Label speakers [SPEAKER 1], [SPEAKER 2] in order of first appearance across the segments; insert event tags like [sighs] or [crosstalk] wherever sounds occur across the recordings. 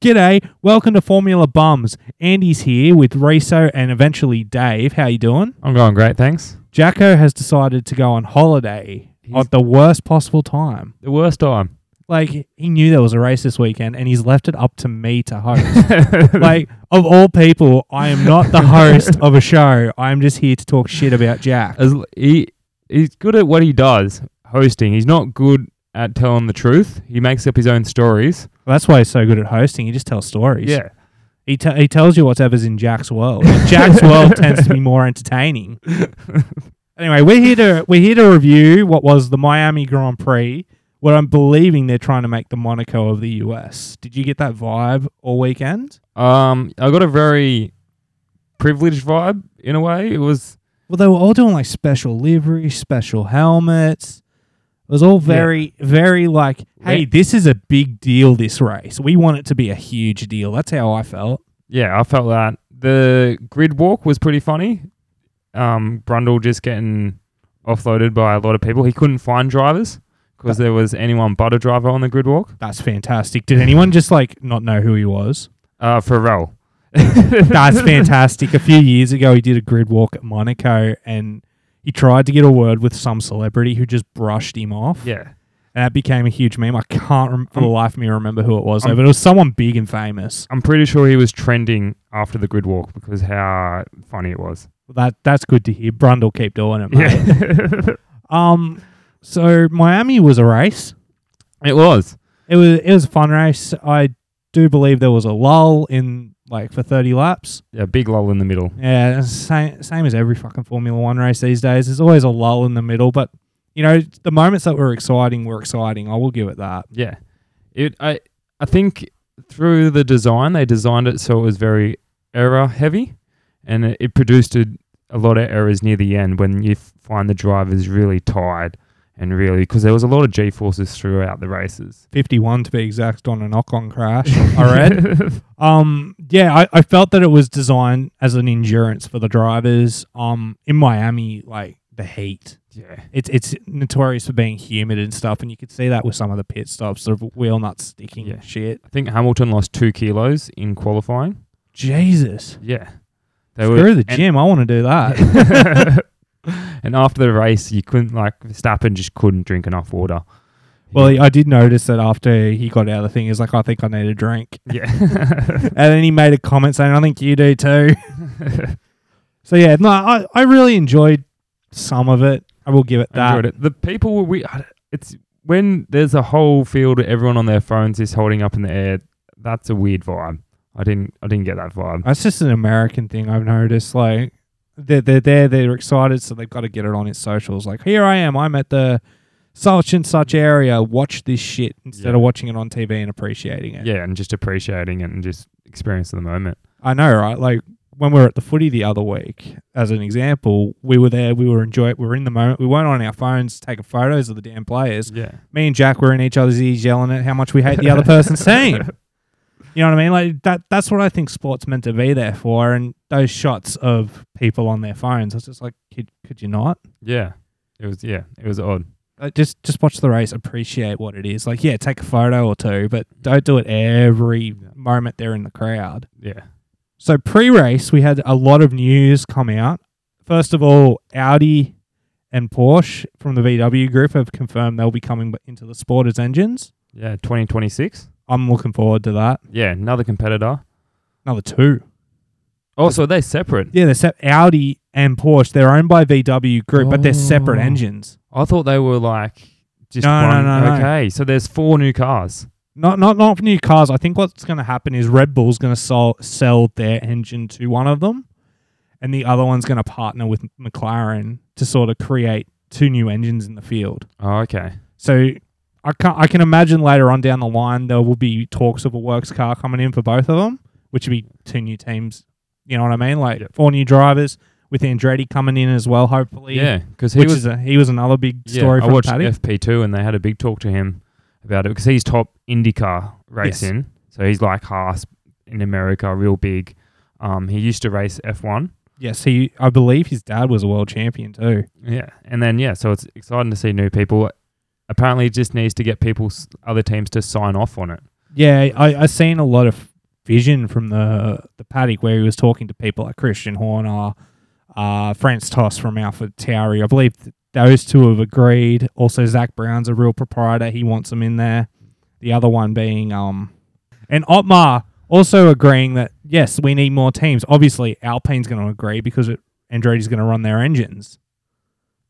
[SPEAKER 1] G'day, welcome to Formula Bums. Andy's here with Riso and eventually Dave. How you doing?
[SPEAKER 2] I'm going great, thanks.
[SPEAKER 1] Jacko has decided to go on holiday
[SPEAKER 2] He's-
[SPEAKER 1] at the worst possible time.
[SPEAKER 2] The worst time. [laughs]
[SPEAKER 1] Like he knew there was a race this weekend, and he's left it up to me to
[SPEAKER 2] [laughs]
[SPEAKER 1] host. like of all people, I am not the host of a show. I am just here to talk shit about Jack.
[SPEAKER 2] As l- he he's good at what he does, hosting. He's not good at telling the truth. He makes up his own stories.
[SPEAKER 1] That's why he's so good at hosting. He just tells stories. He, te- he tells you whatever's in Jack's world. And [laughs] Jack's world tends to be more [laughs] entertaining. Anyway, we're here to we're here to review what was the Miami Grand Prix. What I'm believing they're trying to make the Monaco of the US. Did you get that vibe all weekend?
[SPEAKER 2] Um, I got a very privileged vibe in a way. It was
[SPEAKER 1] Well, they were all doing like special livery, special helmets. It was all very, very like, hey,
[SPEAKER 2] Yeah.
[SPEAKER 1] this is a big deal. This race, we want it to be a huge deal. That's how I felt.
[SPEAKER 2] yeah, I felt that the grid walk was pretty funny. Um, Brundle just getting offloaded by a lot of people. He couldn't find drivers because there was anyone but a driver on the grid walk.
[SPEAKER 1] That's fantastic. Did anyone just like not know who he was?
[SPEAKER 2] Uh, Pharrell.
[SPEAKER 1] That's fantastic. A few years ago, he did a grid walk at Monaco and he tried to get a word with some celebrity who just brushed him off.
[SPEAKER 2] Yeah. Mm.
[SPEAKER 1] And that became a huge meme. I can't rem- for the life of me remember who it was, though,
[SPEAKER 2] I'm-
[SPEAKER 1] but it was someone big and famous.
[SPEAKER 2] I'm pretty sure he was trending after the grid walk because how funny it was.
[SPEAKER 1] That That's good to hear. Brundle, keep doing it, mate.
[SPEAKER 2] Yeah.
[SPEAKER 1] [laughs]
[SPEAKER 2] [laughs]
[SPEAKER 1] Um, so, Miami was a race.
[SPEAKER 2] it was.
[SPEAKER 1] It was, it was a fun race. I do believe there was a lull in like for 30 laps.
[SPEAKER 2] Yeah, big lull in the middle.
[SPEAKER 1] Yeah, same same as every fucking Formula One race these days. There's always a lull in the middle, but you know the moments that were exciting were exciting. I will give it that.
[SPEAKER 2] Yeah. It I I think through the design they designed it so it was very error heavy and it, it produced a, a lot of errors near the end when you f- find the drivers really tired and really because there was a lot of G forces throughout the races.
[SPEAKER 1] 51 to be exact on a knock-on crash. [laughs] I
[SPEAKER 2] [laughs]
[SPEAKER 1] read. Um, yeah, I, I felt that it was designed as an endurance for the drivers. Um, in Miami, like the heat,
[SPEAKER 2] yeah.
[SPEAKER 1] it's it's notorious for being humid and stuff, and you could see that with some of the pit stops, the wheel nuts sticking
[SPEAKER 2] Yeah.
[SPEAKER 1] and shit.
[SPEAKER 2] I think Hamilton lost 2 kilos in qualifying.
[SPEAKER 1] Jesus,
[SPEAKER 2] Yeah. They
[SPEAKER 1] screw the
[SPEAKER 2] and-
[SPEAKER 1] gym. I want to do
[SPEAKER 2] [laughs]
[SPEAKER 1] that.
[SPEAKER 2] and after the race, you couldn't like Verstappen just couldn't drink enough water.
[SPEAKER 1] Well, I did notice that after he got out of the thing, he was like, I think I need a drink.
[SPEAKER 2] yeah,
[SPEAKER 1] And then he made a comment saying, I think you do too. [laughs]
[SPEAKER 2] [laughs]
[SPEAKER 1] so, yeah, no, I, I really enjoyed some of it. I will give it
[SPEAKER 2] I
[SPEAKER 1] that.
[SPEAKER 2] enjoyed it. The people were we. I- It's when there's a whole field of everyone on their phones is holding up in the air. That's a weird vibe. I didn't. I didn't get that vibe.
[SPEAKER 1] That's just an American thing I've noticed. Like, they're, they're there, they're excited, so they've got to get it on its socials. Like, here I am, I'm at the such and such area, watch this shit instead
[SPEAKER 2] Yeah.
[SPEAKER 1] of watching it on TV and appreciating it.
[SPEAKER 2] Yeah, and just appreciating it and just experiencing the moment.
[SPEAKER 1] I know, right? Like when we were at the footy the other week, as an example, we were there, we were enjoying, we were in the moment, we weren't on our phones taking photos of the damn players.
[SPEAKER 2] Yeah,
[SPEAKER 1] Me and Jack were in each other's ears yelling at how much we hate the other person's team. You know what I mean? Like that. That's what I think sports meant to be there for. And those shots of people on their phones, I was just like, could, could you not?
[SPEAKER 2] yeah. It was. Yeah, it was odd.
[SPEAKER 1] Like, just just watch the race, appreciate what it is. Like, yeah, take a photo or two, but don't do it every moment they're in the crowd.
[SPEAKER 2] Yeah,
[SPEAKER 1] So pre-race, we had a lot of news come out. First of all, Audi and Porsche from the VW group have confirmed they'll be coming b- into the sport as engines.
[SPEAKER 2] yeah. Twenty twenty six.
[SPEAKER 1] I'm looking forward to that.
[SPEAKER 2] Yeah, another competitor.
[SPEAKER 1] Another two.
[SPEAKER 2] Oh, so they're separate.
[SPEAKER 1] Yeah, they're sep- Audi and Porsche. They're owned by VW Group, but they're separate
[SPEAKER 2] Oh.
[SPEAKER 1] engines.
[SPEAKER 2] I thought they were like just
[SPEAKER 1] No, no,
[SPEAKER 2] one.
[SPEAKER 1] no, no.
[SPEAKER 2] okay, so there's four new cars.
[SPEAKER 1] Not not not for new cars. I think what's going to happen is Red Bull's going to sell sell their engine to one of them, and the other one's going to partner with McLaren to sort of create two new engines in the field.
[SPEAKER 2] Oh, okay.
[SPEAKER 1] So I can I can imagine later on down the line there will be talks of a works car coming in for both of them, which would be two new teams. You know what I mean? Like
[SPEAKER 2] Yep.
[SPEAKER 1] four new drivers with Andretti coming in as well, hopefully.
[SPEAKER 2] Yeah, because he
[SPEAKER 1] which
[SPEAKER 2] was.
[SPEAKER 1] is a, he was another big
[SPEAKER 2] yeah,
[SPEAKER 1] story
[SPEAKER 2] I
[SPEAKER 1] from
[SPEAKER 2] watched
[SPEAKER 1] Paddy.
[SPEAKER 2] FP2 and they had a big talk to him about it because he's top IndyCar racing. So he's like Haas in America, real big. Um, he used to race F1.
[SPEAKER 1] yes, he I believe his dad was a world champion too.
[SPEAKER 2] Yeah, and then yeah, so it's exciting to see new people. Apparently, it just needs to get people, s- other teams, to sign off on it.
[SPEAKER 1] Yeah, I I seen a lot of vision from the the paddock where he was talking to people like Christian Horner, uh, France Toss from Alpha Tauri. I believe th- those two have agreed. Also, Zach Brown's a real proprietor. He wants him in there. The other one being um, and Otmar also agreeing that yes, we need more teams. Obviously, Alpine's going to agree because it, Andretti's going to run their engines.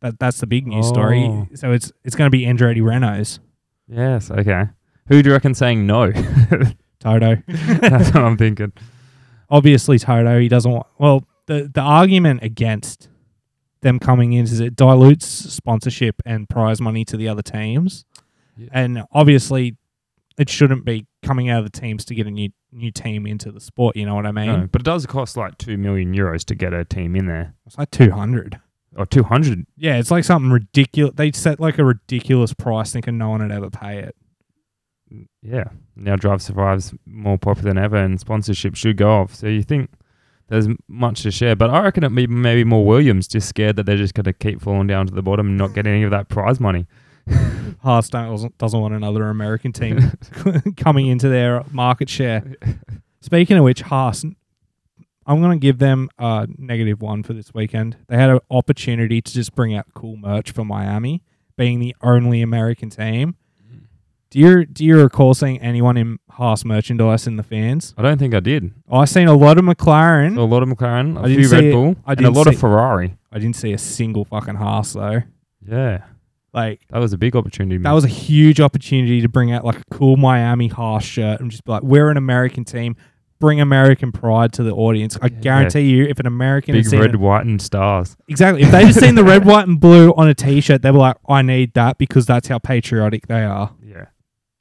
[SPEAKER 1] That that's the big news story.
[SPEAKER 2] Oh.
[SPEAKER 1] So it's it's going to be Andretti Renos.
[SPEAKER 2] Yes. Okay. Who do you reckon saying no? [laughs]
[SPEAKER 1] Toto.
[SPEAKER 2] That's what I'm thinking.
[SPEAKER 1] obviously Toto, he doesn't want. Well, the the argument against them coming in is it dilutes sponsorship and prize money to the other teams,
[SPEAKER 2] Yeah.
[SPEAKER 1] and obviously it shouldn't be coming out of the teams to get a new new team into the sport. You know what I mean?
[SPEAKER 2] No, but it does cost like two million euros to get a team in there,
[SPEAKER 1] It's like two hundred.
[SPEAKER 2] or two hundred.
[SPEAKER 1] Yeah, it's like something ridiculous. They set like a ridiculous price, thinking no one would ever pay it.
[SPEAKER 2] Yeah. Now Drive Survives more popular than ever, and sponsorship should go off. So you think there's m- much to share, but I reckon it may maybe more Williams just scared that they're just going to keep falling down to the bottom and not get any of that prize money.
[SPEAKER 1] Haas don't- doesn't want another American team coming into their market share. Speaking of which, Haas, I'm going to give them a negative one for this weekend. They had an opportunity to just bring out cool merch for Miami, being the only American team. Do you do you recall seeing anyone in Haas merchandise in the fans?
[SPEAKER 2] I don't think I did.
[SPEAKER 1] I seen a lot of McLaren.
[SPEAKER 2] So a lot of McLaren,
[SPEAKER 1] Hmm?
[SPEAKER 2] a
[SPEAKER 1] I didn't
[SPEAKER 2] few
[SPEAKER 1] see
[SPEAKER 2] Red
[SPEAKER 1] it.
[SPEAKER 2] Bull,
[SPEAKER 1] I
[SPEAKER 2] and a
[SPEAKER 1] didn't
[SPEAKER 2] lot
[SPEAKER 1] see-
[SPEAKER 2] of Ferrari.
[SPEAKER 1] I didn't see a single fucking Haas though.
[SPEAKER 2] Yeah,
[SPEAKER 1] Like
[SPEAKER 2] that was a big opportunity.
[SPEAKER 1] That was a huge opportunity to bring out like a cool Miami Haas shirt and just be like, we're an American team. Bring American pride to the audience. I
[SPEAKER 2] yeah.
[SPEAKER 1] guarantee you, if an American had
[SPEAKER 2] big
[SPEAKER 1] seen
[SPEAKER 2] red,
[SPEAKER 1] it-
[SPEAKER 2] [laughs] white, and stars.
[SPEAKER 1] exactly, if they just seen the red, white, and blue on a T-shirt, they were like, "I need that" because that's how patriotic they are.
[SPEAKER 2] Yeah.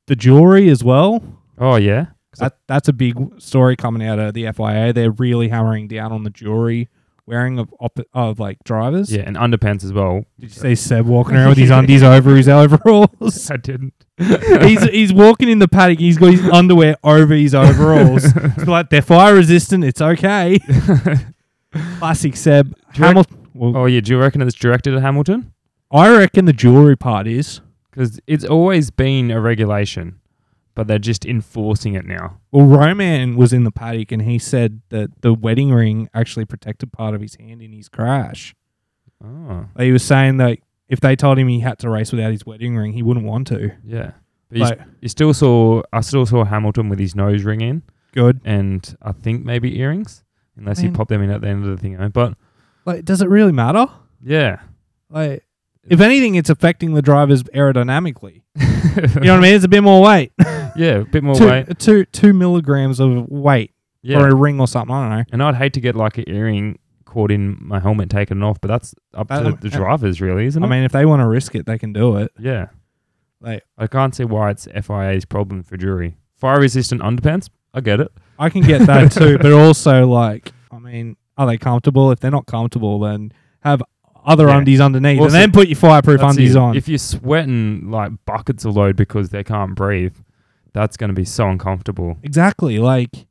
[SPEAKER 1] The jewelry as well.
[SPEAKER 2] Oh yeah. So-
[SPEAKER 1] That that's a big story coming out of the FIA. They're really hammering down on the jewelry wearing of op- of like drivers.
[SPEAKER 2] Yeah, and underpants as well.
[SPEAKER 1] Did you see Seb walking around with
[SPEAKER 2] [laughs]
[SPEAKER 1] his undies over his overalls?
[SPEAKER 2] I didn't.
[SPEAKER 1] he's he's walking in the paddock. He's got his underwear over his overalls. It's like they're fire resistant. It's okay. Classic Seb
[SPEAKER 2] you rec-
[SPEAKER 1] Hamilton. Well,
[SPEAKER 2] [laughs] Oh yeah, do you reckon it's directed at Hamilton?
[SPEAKER 1] I reckon the jewelry part is
[SPEAKER 2] Because it's always been a regulation, but they're just enforcing it now.
[SPEAKER 1] well. Roman was in the paddock and he said that the wedding ring actually protected part of his hand in his crash.
[SPEAKER 2] Oh
[SPEAKER 1] Like, He was saying that if they told him he had to race without his wedding ring, he wouldn't want to.
[SPEAKER 2] yeah. But you, s-
[SPEAKER 1] Like,
[SPEAKER 2] you still saw. I still saw Hamilton with his nose ring in,
[SPEAKER 1] good.
[SPEAKER 2] and I think maybe earrings, unless he
[SPEAKER 1] Man.
[SPEAKER 2] popped them in at the end of the thing. eh? But
[SPEAKER 1] Like, does it really matter?
[SPEAKER 2] yeah,
[SPEAKER 1] Like, if anything, it's affecting the drivers aerodynamically. You know what I mean? It's a bit more weight.
[SPEAKER 2] [laughs] yeah, a bit more
[SPEAKER 1] two,
[SPEAKER 2] weight.
[SPEAKER 1] two two milligrams of weight
[SPEAKER 2] Yeah,
[SPEAKER 1] or a ring or something. I don't know.
[SPEAKER 2] and I'd hate to get like an earring caught in my helmet taken off, but that's up
[SPEAKER 1] That-
[SPEAKER 2] to
[SPEAKER 1] um,
[SPEAKER 2] the
[SPEAKER 1] uh,
[SPEAKER 2] drivers, really, isn't
[SPEAKER 1] I
[SPEAKER 2] it?
[SPEAKER 1] mean, if they want to risk it, they can do it.
[SPEAKER 2] yeah.
[SPEAKER 1] Like
[SPEAKER 2] I can't see why it's FIA's problem for jury. Fire resistant underpants? I get it.
[SPEAKER 1] I can get that
[SPEAKER 2] [laughs]
[SPEAKER 1] too, but also like, I mean, are they comfortable? If they're not comfortable, then have other
[SPEAKER 2] Yeah.
[SPEAKER 1] undies underneath,
[SPEAKER 2] Also,
[SPEAKER 1] and then put your fireproof
[SPEAKER 2] That's
[SPEAKER 1] undies
[SPEAKER 2] it.
[SPEAKER 1] on.
[SPEAKER 2] If you're sweating like buckets of load because they can't breathe, that's going to be so uncomfortable.
[SPEAKER 1] exactly. Like,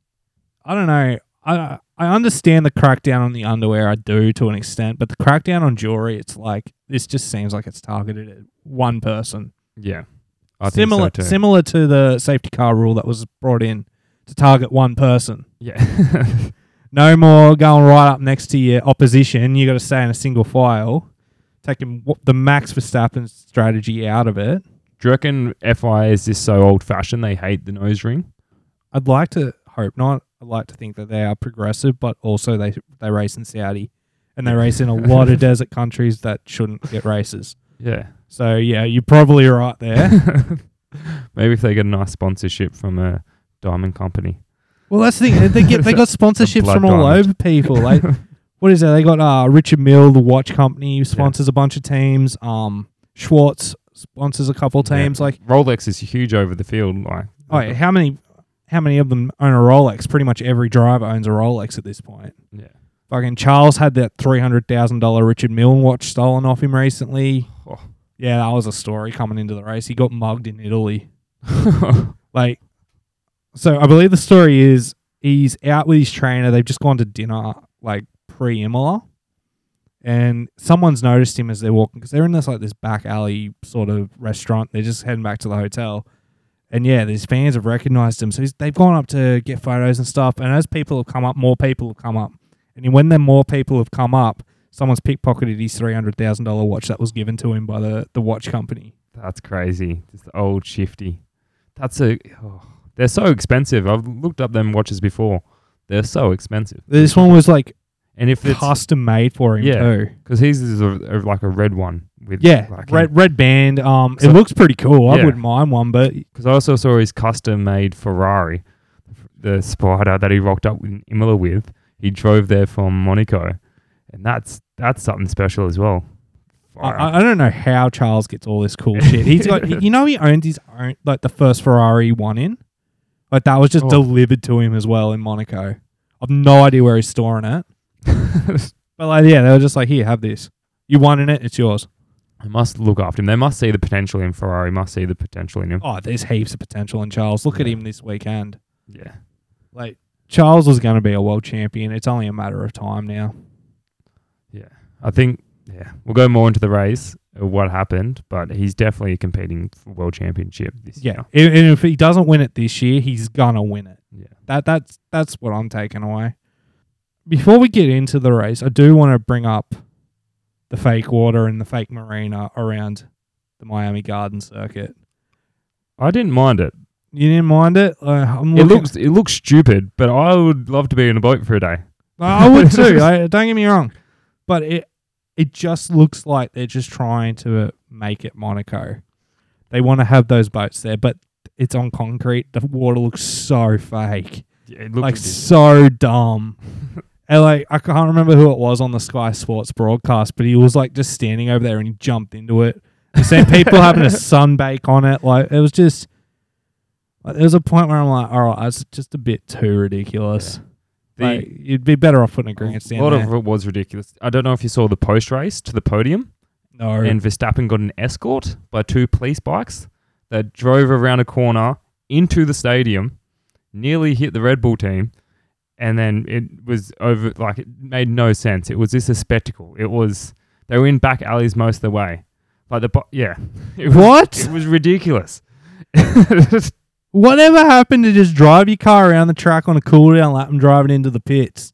[SPEAKER 1] I don't know. I I understand the crackdown on the underwear. I do to an extent, but the crackdown on jewelry, it's like this just seems like it's targeted at one person.
[SPEAKER 2] Yeah. I
[SPEAKER 1] similar,
[SPEAKER 2] think so too.
[SPEAKER 1] similar to the safety car rule that was brought in to target one person.
[SPEAKER 2] yeah. [laughs]
[SPEAKER 1] No more going right up next to your opposition. You got to stay in a single file, taking wh- the Max Verstappen strategy out of it.
[SPEAKER 2] Do you reckon FIA is just so old fashioned they hate the nose ring?
[SPEAKER 1] I'd like to hope not. I'd like to think that they are progressive, but also they they race in Saudi, and they race in a lot
[SPEAKER 2] [laughs]
[SPEAKER 1] of desert countries that shouldn't get races.
[SPEAKER 2] Yeah.
[SPEAKER 1] So yeah, you're probably right there. [laughs]
[SPEAKER 2] [laughs] Maybe if they get a nice sponsorship from a diamond company.
[SPEAKER 1] Well, that's the thing. They get
[SPEAKER 2] [laughs]
[SPEAKER 1] they got sponsorships
[SPEAKER 2] blood
[SPEAKER 1] from all
[SPEAKER 2] diamond.
[SPEAKER 1] over people. Like, what is that? They got uh, Richard Mill, the watch company, sponsors a bunch of teams. Um, Schwartz sponsors a couple
[SPEAKER 2] Yeah.
[SPEAKER 1] teams. Like,
[SPEAKER 2] Rolex is huge over the field. Like,
[SPEAKER 1] oh, yeah, how many, how many of them own a Rolex? Pretty much every driver owns a Rolex at this point.
[SPEAKER 2] yeah.
[SPEAKER 1] Fucking Charles had that three hundred thousand dollar Richard Mill watch stolen off him recently.
[SPEAKER 2] Oh.
[SPEAKER 1] Yeah, that was a story coming into the race. He got mugged in Italy.
[SPEAKER 2] [laughs]
[SPEAKER 1] Like, so I believe the story is he's out with his trainer. They've just gone to dinner, like pre Imola, and someone's noticed him as they're walking because they're in this like this back alley sort of restaurant. They're just heading back to the hotel, And yeah, these fans have recognized him. So he's, they've gone up to get photos and stuff. And as people have come up, more people have come up. And when then more people have come up, someone's pickpocketed his $300,000 watch that was given to him by the, the watch company.
[SPEAKER 2] That's crazy. Just the old shifty. That's a. Oh, they're so expensive. I've looked up them watches before. They're so expensive.
[SPEAKER 1] This one was like
[SPEAKER 2] And if it's
[SPEAKER 1] custom made for him,
[SPEAKER 2] Yeah.
[SPEAKER 1] too.
[SPEAKER 2] because his is a, a- like a red one with
[SPEAKER 1] Yeah,
[SPEAKER 2] like
[SPEAKER 1] red, red band. Um,
[SPEAKER 2] So-
[SPEAKER 1] it looks pretty cool. I
[SPEAKER 2] Yeah.
[SPEAKER 1] wouldn't mind one, but
[SPEAKER 2] Because I also saw his custom made Ferrari, the Spider that he rocked up in Imola with. He drove there from Monaco, and that's that's something special as well.
[SPEAKER 1] I,
[SPEAKER 2] Fire.
[SPEAKER 1] I- I don't know how Charles gets all this cool shit. He's got, he- you know, he owned his own, like the first Ferrari he won in. Like that was just
[SPEAKER 2] Oh.
[SPEAKER 1] delivered to him as well in Monaco. I've no idea where he's storing it. But like, yeah, they were just like, here, have this. You won in it, it's yours.
[SPEAKER 2] I must look after him. [laughs] They must see the potential in Ferrari. Must see the potential in him.
[SPEAKER 1] Oh, there's heaps of potential in Charles. Look at him this weekend.
[SPEAKER 2] Yeah,
[SPEAKER 1] Like, Charles is going to be a world champion. It's only a matter of time now.
[SPEAKER 2] yeah. I think yeah. We'll go more into the race of what happened, but he's definitely competing for world championship this
[SPEAKER 1] Yeah.
[SPEAKER 2] year.
[SPEAKER 1] And and if he doesn't win it this year, he's going to win it.
[SPEAKER 2] Yeah.
[SPEAKER 1] That that's that's what I'm taking away. Before we get into the race, I do want to bring up the fake water and the fake marina around the Miami Garden Circuit.
[SPEAKER 2] I didn't mind it.
[SPEAKER 1] You didn't mind it? Uh, I'm
[SPEAKER 2] It
[SPEAKER 1] looking-
[SPEAKER 2] looks it looks stupid, but I would love to be in a boat for a day.
[SPEAKER 1] [laughs] I would
[SPEAKER 2] [laughs]
[SPEAKER 1] too. I, don't get me wrong, but it it just looks like they're just trying to make it Monaco. They want to have those boats there, but it's on concrete. The water looks so fake.
[SPEAKER 2] Yeah, it looked
[SPEAKER 1] like
[SPEAKER 2] ridiculous.
[SPEAKER 1] so dumb. [laughs] and like I can't remember who it was on the Sky Sports broadcast, but he was like just standing over there and he jumped into it. You seen people having a
[SPEAKER 2] [laughs]
[SPEAKER 1] sunbake on it. Like it was just like, there was a point where I'm like, all right, that's just a bit too ridiculous.
[SPEAKER 2] The-
[SPEAKER 1] like, you'd be better off putting a grandstand.
[SPEAKER 2] A lot
[SPEAKER 1] there.
[SPEAKER 2] of it was ridiculous. I don't know if you saw the post race to the podium,
[SPEAKER 1] no,
[SPEAKER 2] and Verstappen got an escort by two police bikes that drove around a corner into the stadium, nearly hit the Red Bull team, and then it was over. Like it made no sense. It was just a spectacle. It was they were in back alleys most of the way. Like the bo- yeah, it was,
[SPEAKER 1] [laughs] what?
[SPEAKER 2] It was ridiculous. [laughs]
[SPEAKER 1] Whatever happened to just drive your car around the track on a cool down lap and driving into the pits?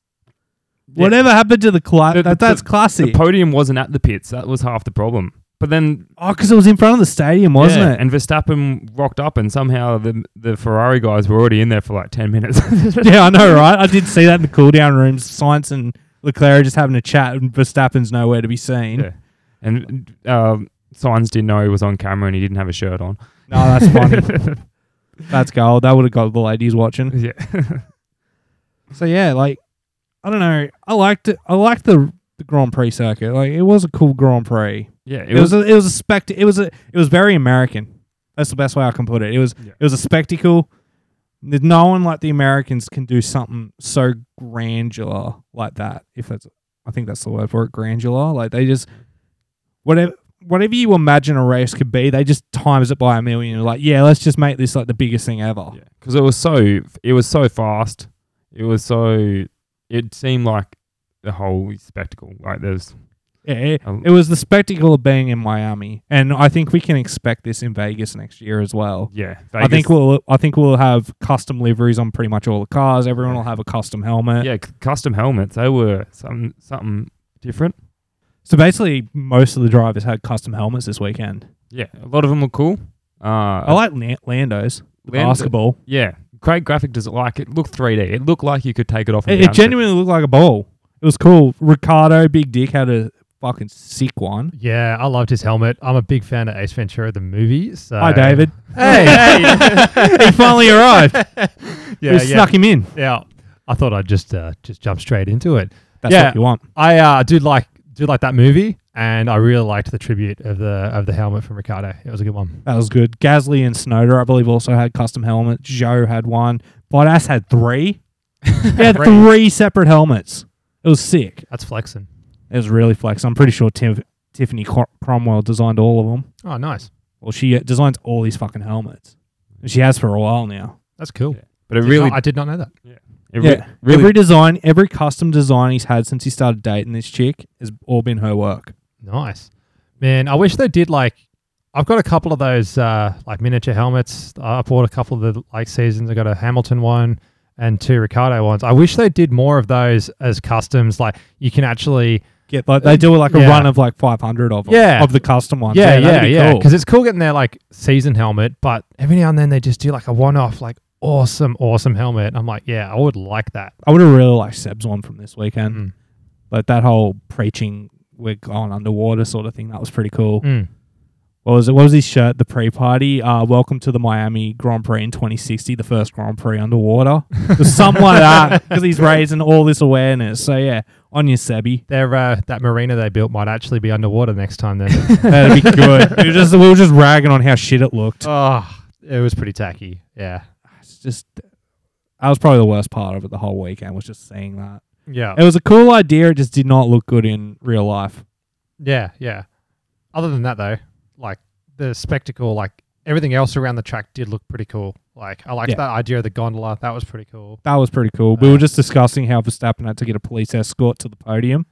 [SPEAKER 1] Whatever happened to the cla-
[SPEAKER 2] The- the-
[SPEAKER 1] that, that's
[SPEAKER 2] The
[SPEAKER 1] classic.
[SPEAKER 2] podium wasn't at the pits. That was half the problem. But then
[SPEAKER 1] Oh, because it was in front of the stadium, wasn't
[SPEAKER 2] Yeah,
[SPEAKER 1] it?
[SPEAKER 2] And Verstappen rocked up, and somehow the the Ferrari guys were already in there for like ten minutes. [laughs]
[SPEAKER 1] [laughs] yeah, I know, right? I did see that in the cool down rooms. Science and Leclerc are just having a chat, and Verstappen's nowhere to be seen.
[SPEAKER 2] Yeah. and um, Signs didn't know he was on camera, and he didn't have a shirt on.
[SPEAKER 1] No,
[SPEAKER 2] [laughs]
[SPEAKER 1] that's funny. that's gold. That would have got the ladies watching.
[SPEAKER 2] yeah, [laughs]
[SPEAKER 1] So yeah, like I don't know. I liked it. I liked the, the Grand Prix circuit. Like it was a cool Grand Prix.
[SPEAKER 2] yeah. It,
[SPEAKER 1] It, was,
[SPEAKER 2] was,
[SPEAKER 1] a, it was a spect. It was a, it was very American. That's the best way I can put it. It was
[SPEAKER 2] Yeah.
[SPEAKER 1] it was a spectacle. There's no one like the Americans can do something so granular like that. If that's, I think that's the word for it, granular. Like they just whatever whatever you imagine a race could be, they just times it by a million. Like yeah, let's just make this like the biggest thing ever.
[SPEAKER 2] because it was so it was so fast. It was so it seemed like the whole spectacle. Like there's
[SPEAKER 1] Yeah, it,
[SPEAKER 2] Um,
[SPEAKER 1] it was the spectacle of being in Miami, and I think we can expect this in Vegas next year as well.
[SPEAKER 2] yeah.
[SPEAKER 1] I think
[SPEAKER 2] Vegas-
[SPEAKER 1] we'll I think we'll have custom liveries on pretty much all the cars. Everyone will have a custom helmet.
[SPEAKER 2] yeah, c- custom helmets. They were something something different.
[SPEAKER 1] So basically, most of the drivers had custom helmets this weekend.
[SPEAKER 2] Yeah, a lot of them were cool. Uh,
[SPEAKER 1] I like Lan- Lando's the
[SPEAKER 2] Land-
[SPEAKER 1] basketball.
[SPEAKER 2] Yeah, great graphic does it like it looked 3D. It looked like you could take it off. and
[SPEAKER 1] It, it
[SPEAKER 2] bounce
[SPEAKER 1] genuinely looked like a ball. It was cool. Ricardo, big dick, had a fucking sick one.
[SPEAKER 3] Yeah, I loved his helmet. I'm a big fan of Ace Ventura the movie. So
[SPEAKER 1] Hi,
[SPEAKER 3] [laughs]
[SPEAKER 1] David.
[SPEAKER 3] Hey,
[SPEAKER 1] [laughs] he finally arrived.
[SPEAKER 3] yeah,
[SPEAKER 1] we
[SPEAKER 3] yeah,
[SPEAKER 1] snuck him in.
[SPEAKER 3] yeah. I thought I'd just uh, just jump straight into it.
[SPEAKER 1] That's
[SPEAKER 3] Yeah.
[SPEAKER 1] what you want.
[SPEAKER 3] I uh, do like do like that movie, and I really liked the tribute of the of the helmet from Ricardo. It was a good one.
[SPEAKER 1] That was good. Gasly and Snowder, I believe, also had custom helmets. Joe had one. Bottas had three. [laughs] he had
[SPEAKER 3] Three.
[SPEAKER 1] three separate helmets. It was sick.
[SPEAKER 3] That's flexing.
[SPEAKER 1] It was really flex. I'm pretty sure Tim, Tiffany Cro- Cromwell designed all of them.
[SPEAKER 3] Oh, nice.
[SPEAKER 1] Well, she uh, designs all these fucking helmets. And she has for a while now.
[SPEAKER 3] That's cool.
[SPEAKER 2] Yeah. But it
[SPEAKER 3] Did
[SPEAKER 2] really,
[SPEAKER 3] not- I did not know that.
[SPEAKER 2] it re-
[SPEAKER 1] Yeah.
[SPEAKER 2] really,
[SPEAKER 1] Every design, every custom design he's had since he started dating this chick has all been her work.
[SPEAKER 3] Nice, man. I wish they did like. I've got a couple of those uh, like miniature helmets. I bought a couple of the like seasons. I got a Hamilton one and two Ricardo ones. I wish they did more of those as customs. Like you can actually,
[SPEAKER 1] Get like they do like a
[SPEAKER 3] Yeah.
[SPEAKER 1] run of like 500 of 'em,
[SPEAKER 3] Yeah.
[SPEAKER 1] of the custom ones.
[SPEAKER 3] yeah,
[SPEAKER 1] that'd
[SPEAKER 3] yeah,
[SPEAKER 1] be
[SPEAKER 3] yeah,
[SPEAKER 1] cool.
[SPEAKER 3] because it's cool getting their like season helmet. But every now and then they just do like a one-off, like awesome, awesome helmet. I'm like, yeah, I would like that.
[SPEAKER 1] I would have really liked Seb's one from this weekend.
[SPEAKER 3] Mm.
[SPEAKER 1] Like that whole preaching, we're going underwater sort of thing. That was pretty cool.
[SPEAKER 3] Mm.
[SPEAKER 1] What was it? What was his shirt? The pre-party. Uh, welcome to the Miami Grand Prix in 2060, the first Grand Prix underwater. It was something like that because he's raising all this awareness. So yeah, on your Sebi,
[SPEAKER 3] Their uh, that marina they built might actually be underwater next time. Then
[SPEAKER 1] [laughs] that'd be good. we, were just, we were just ragging on how shit it looked.
[SPEAKER 3] Oh, it was pretty tacky. Yeah.
[SPEAKER 1] It's just that was probably the worst part of it. The whole weekend was just seeing that.
[SPEAKER 3] Yeah.
[SPEAKER 1] It was a cool idea. It just did not look good in real life.
[SPEAKER 3] yeah. Yeah. Other than that, though, like the spectacle, like everything else around the track did look pretty cool. Like I liked
[SPEAKER 1] Yeah.
[SPEAKER 3] that idea of the gondola. That was pretty cool.
[SPEAKER 1] That was pretty cool. we
[SPEAKER 3] Uh,
[SPEAKER 1] were just discussing how Verstappen had to get a police escort to the podium.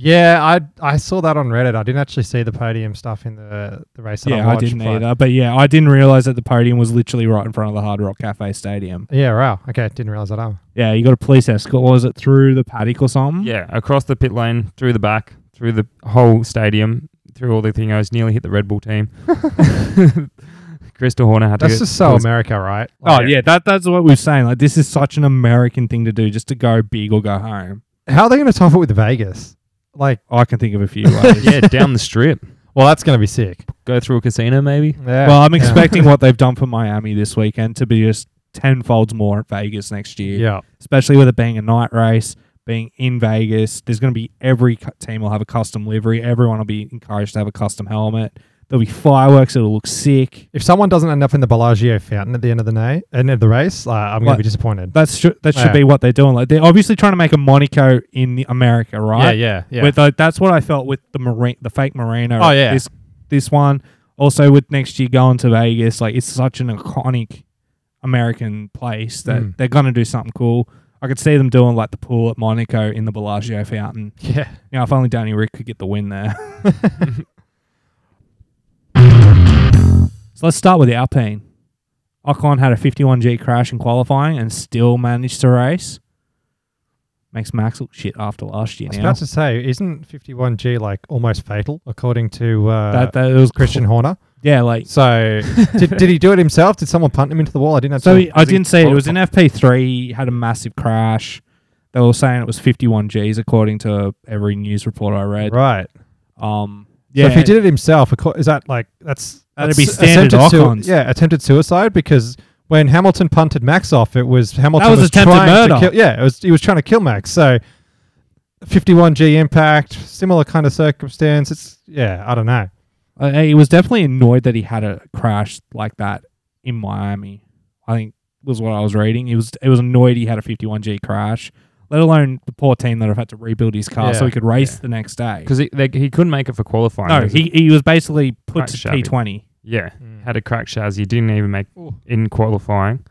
[SPEAKER 3] Yeah, I I saw that on Reddit. I didn't actually see the podium stuff in the the race. That I,
[SPEAKER 1] yeah, I
[SPEAKER 3] watched,
[SPEAKER 1] didn't
[SPEAKER 3] but-
[SPEAKER 1] either. But yeah, I didn't realize that the podium was literally right in front of the Hard Rock Cafe Stadium.
[SPEAKER 3] Yeah. Wow. Okay. Didn't realize that. either.
[SPEAKER 1] Yeah, you got a police escort. What was it through the paddock or something?
[SPEAKER 2] Yeah, across the pit lane, through the back, through the whole stadium, through all the thingos, nearly hit the Red Bull team. Crystal Horner had to.
[SPEAKER 3] That's
[SPEAKER 2] get-
[SPEAKER 3] just so America, right?
[SPEAKER 1] Oh
[SPEAKER 3] Like,
[SPEAKER 1] yeah, that that's what we're saying. Like this is such an American thing to do, just to go big or go home.
[SPEAKER 3] How are they going to top it with Vegas? Like,
[SPEAKER 1] I can think of
[SPEAKER 3] [laughs]
[SPEAKER 1] a few ways.
[SPEAKER 2] yeah, down the strip,
[SPEAKER 3] well, that's going to be sick.
[SPEAKER 2] go through a casino maybe.
[SPEAKER 3] Yeah.
[SPEAKER 1] Well, I'm
[SPEAKER 3] yeah.
[SPEAKER 1] expecting what they've done for Miami this weekend to be just tenfolds more at Vegas next year.
[SPEAKER 3] Yeah.
[SPEAKER 1] especially with it being a night race, being in Vegas. There's going to be every cu- team will have a custom livery. Everyone will be encouraged to have a custom helmet. There'll be fireworks. It'll look sick.
[SPEAKER 3] If someone doesn't end up in the Bellagio fountain at the end of the night, end of the race, uh, I'm going to
[SPEAKER 1] What?
[SPEAKER 3] be disappointed.
[SPEAKER 1] That should that should
[SPEAKER 3] Yeah.
[SPEAKER 1] be what they're doing. Like they're obviously trying to make a Monaco in the America, right?
[SPEAKER 3] Yeah, yeah, yeah.
[SPEAKER 1] With the, that's what I felt with the marine, the fake Marino.
[SPEAKER 3] Oh, yeah.
[SPEAKER 1] This this one also with next year going to Vegas. Like it's such an iconic American place that
[SPEAKER 3] Mm.
[SPEAKER 1] they're going to do something cool. I could see them doing like the pool at Monaco in the Bellagio fountain.
[SPEAKER 3] [laughs] yeah.
[SPEAKER 1] Yeah, if only Danny Rick could get the win there. so let's start with the Alpine. Ocon had a 51G crash in qualifying and still managed to race. Makes Max look shit after last year
[SPEAKER 3] I was
[SPEAKER 1] now.
[SPEAKER 3] about to say, isn't 51G like almost fatal according to uh,
[SPEAKER 1] That, that it was
[SPEAKER 3] Christian Horner?
[SPEAKER 1] [laughs] Yeah, like
[SPEAKER 3] So did, did he do it himself? Did someone punt him into the wall? I didn't.
[SPEAKER 1] so
[SPEAKER 3] Actually,
[SPEAKER 1] he, I
[SPEAKER 2] was he
[SPEAKER 1] didn't see it. It was in FP3. Had a massive crash. They were saying it was 51Gs according to every news report I read.
[SPEAKER 3] right.
[SPEAKER 1] Um,
[SPEAKER 3] Yeah.
[SPEAKER 1] yeah,
[SPEAKER 3] So if he did it himself, acco- is that like that's
[SPEAKER 1] That'd
[SPEAKER 3] that's
[SPEAKER 1] be
[SPEAKER 3] s-
[SPEAKER 1] standard
[SPEAKER 3] attempted sui-
[SPEAKER 1] Ocons.
[SPEAKER 3] yeah, attempted suicide because. When Hamilton punted Max off, it was Hamilton
[SPEAKER 1] was attempted
[SPEAKER 3] trying
[SPEAKER 1] murder.
[SPEAKER 3] To kill, yeah, it was he was trying to kill Max. So, 51G impact, similar kind of circumstance. It's yeah, I don't know.
[SPEAKER 1] Uh, he was definitely annoyed that he had a crash like that in Miami. I think was what I was reading. He was it was annoyed he had a 51G crash, let alone the poor team that have had to rebuild his car so
[SPEAKER 3] Yeah,
[SPEAKER 1] he could race
[SPEAKER 2] yeah.
[SPEAKER 1] the next day.
[SPEAKER 2] Because he, they- he couldn't make it for qualifying.
[SPEAKER 1] No,
[SPEAKER 2] was
[SPEAKER 1] he,
[SPEAKER 2] it?
[SPEAKER 1] he was basically put
[SPEAKER 2] Right,
[SPEAKER 1] to
[SPEAKER 2] shabby.
[SPEAKER 1] P20.
[SPEAKER 2] yeah
[SPEAKER 3] Mm.
[SPEAKER 2] had a crack chassis. Didn't even make in qualifying,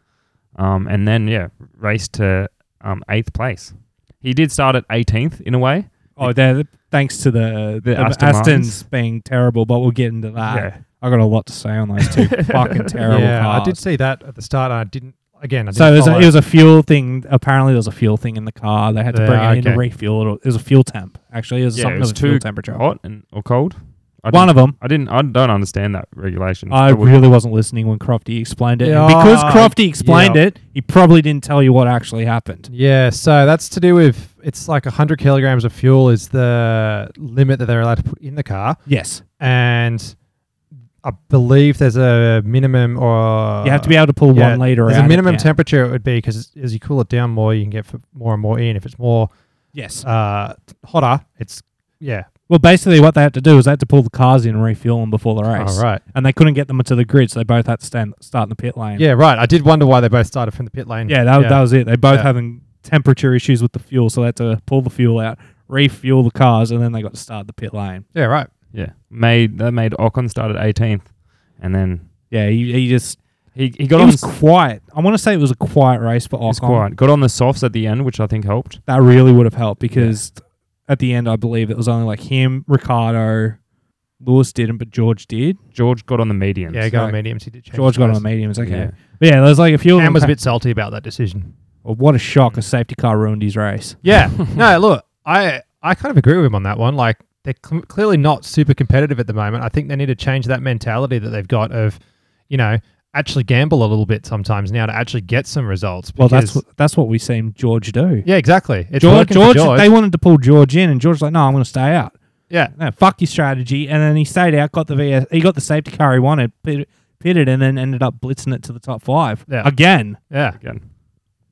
[SPEAKER 2] um, and then yeah raced to um, eighth place. He did start at 18th in a way.
[SPEAKER 1] Oh, there thanks to the, the,
[SPEAKER 2] Aston
[SPEAKER 1] Astons
[SPEAKER 2] Martins.
[SPEAKER 1] being terrible, but we'll get into that.
[SPEAKER 2] yeah,
[SPEAKER 1] I got a lot to say on those
[SPEAKER 3] [laughs]
[SPEAKER 1] two fucking terrible
[SPEAKER 3] yeah,
[SPEAKER 1] cars.
[SPEAKER 3] I did see that at the start. And I didn't again. I didn't
[SPEAKER 1] So it was, a,
[SPEAKER 3] follow
[SPEAKER 1] it was a fuel thing. Apparently, there was a fuel thing in the car. They had to
[SPEAKER 3] Yeah,
[SPEAKER 1] bring it in
[SPEAKER 3] okay.
[SPEAKER 1] to refuel it. It was a fuel temp. Actually, it was
[SPEAKER 2] Yeah,
[SPEAKER 1] something
[SPEAKER 2] it was
[SPEAKER 1] of a fuel
[SPEAKER 2] too
[SPEAKER 1] temperature.
[SPEAKER 2] hot and or cold. I
[SPEAKER 1] One
[SPEAKER 2] didn't-
[SPEAKER 1] of them.
[SPEAKER 2] I didn't. I don't understand that regulation.
[SPEAKER 1] I
[SPEAKER 2] Probably-
[SPEAKER 1] really wasn't listening when Crofty explained it. And
[SPEAKER 3] Ah, Yeah,
[SPEAKER 1] because Crofty explained
[SPEAKER 3] yeah.
[SPEAKER 1] it, he probably didn't tell you what actually happened.
[SPEAKER 3] Yeah, so that's to do with it's like 100 kilograms of fuel is the limit that they're allowed to put in the car.
[SPEAKER 1] Yes.
[SPEAKER 3] And I believe there's a minimum or.
[SPEAKER 1] you have to be able to pull
[SPEAKER 3] Uh, yeah,
[SPEAKER 1] one litre out.
[SPEAKER 3] There's a
[SPEAKER 1] of
[SPEAKER 3] minimum
[SPEAKER 1] it.
[SPEAKER 3] temperature it would be because as you cool it down more, you can get f- more and more in. If it's more
[SPEAKER 1] Yes.
[SPEAKER 3] uh, hotter, it's. Yeah.
[SPEAKER 1] Well, basically, what they had to do is they had to pull the cars in and refuel them before the race.
[SPEAKER 3] All right.
[SPEAKER 1] And they couldn't get them into the grid, so they both had to stand, start in the pit lane.
[SPEAKER 3] Yeah, right. I did wonder why they both started from the pit lane.
[SPEAKER 1] Yeah, that, that was it. They both
[SPEAKER 3] Yeah.
[SPEAKER 1] having temperature issues with the fuel, so they had to pull the fuel out, refuel the cars, and then they got to start the pit lane.
[SPEAKER 3] yeah, right.
[SPEAKER 2] yeah, made that made Ocon start at 18th, and then
[SPEAKER 1] Yeah, he, he just
[SPEAKER 2] he, he
[SPEAKER 1] it
[SPEAKER 2] got on.
[SPEAKER 1] was
[SPEAKER 2] s-
[SPEAKER 1] quiet. I want to say it was a quiet race for
[SPEAKER 2] it was
[SPEAKER 1] Ocon.
[SPEAKER 2] quiet. Got on the softs at the end, which I think helped.
[SPEAKER 1] That really would have helped because at the end, I believe it was only like him, Ricardo, Lewis didn't, but George did.
[SPEAKER 2] George got on the medians.
[SPEAKER 3] Yeah, go on
[SPEAKER 1] Right.
[SPEAKER 3] mediums. He did change
[SPEAKER 1] George got on
[SPEAKER 3] tyres.
[SPEAKER 1] the mediums. Okay.
[SPEAKER 2] Yeah.
[SPEAKER 1] Yeah, but yeah there's like a few. of
[SPEAKER 3] Cam
[SPEAKER 1] them
[SPEAKER 3] was a
[SPEAKER 1] ca-
[SPEAKER 3] bit salty about that decision.
[SPEAKER 1] Well, what a shock! A safety car ruined his race. [laughs]
[SPEAKER 3] Yeah. no, look, I I kind of agree with him on that one. Like they're cl- clearly not super competitive at the moment. I think they need to change that mentality that they've got of, you know, actually gamble a little bit sometimes now to actually get some results.
[SPEAKER 1] Well, that's
[SPEAKER 3] because-
[SPEAKER 1] what, that's what we seen George do.
[SPEAKER 3] yeah, exactly. It's
[SPEAKER 1] George,
[SPEAKER 3] working for
[SPEAKER 1] George,
[SPEAKER 3] George.
[SPEAKER 1] they wanted to pull George in, and George's like, "No, I'm going to stay out."
[SPEAKER 3] yeah,
[SPEAKER 1] No, fuck your strategy. And then he stayed out, got the VS, he got the safety car he wanted, pit- pitted, and then ended up blitzing it to the top five
[SPEAKER 3] Yeah.
[SPEAKER 1] again.
[SPEAKER 3] yeah.
[SPEAKER 2] Again.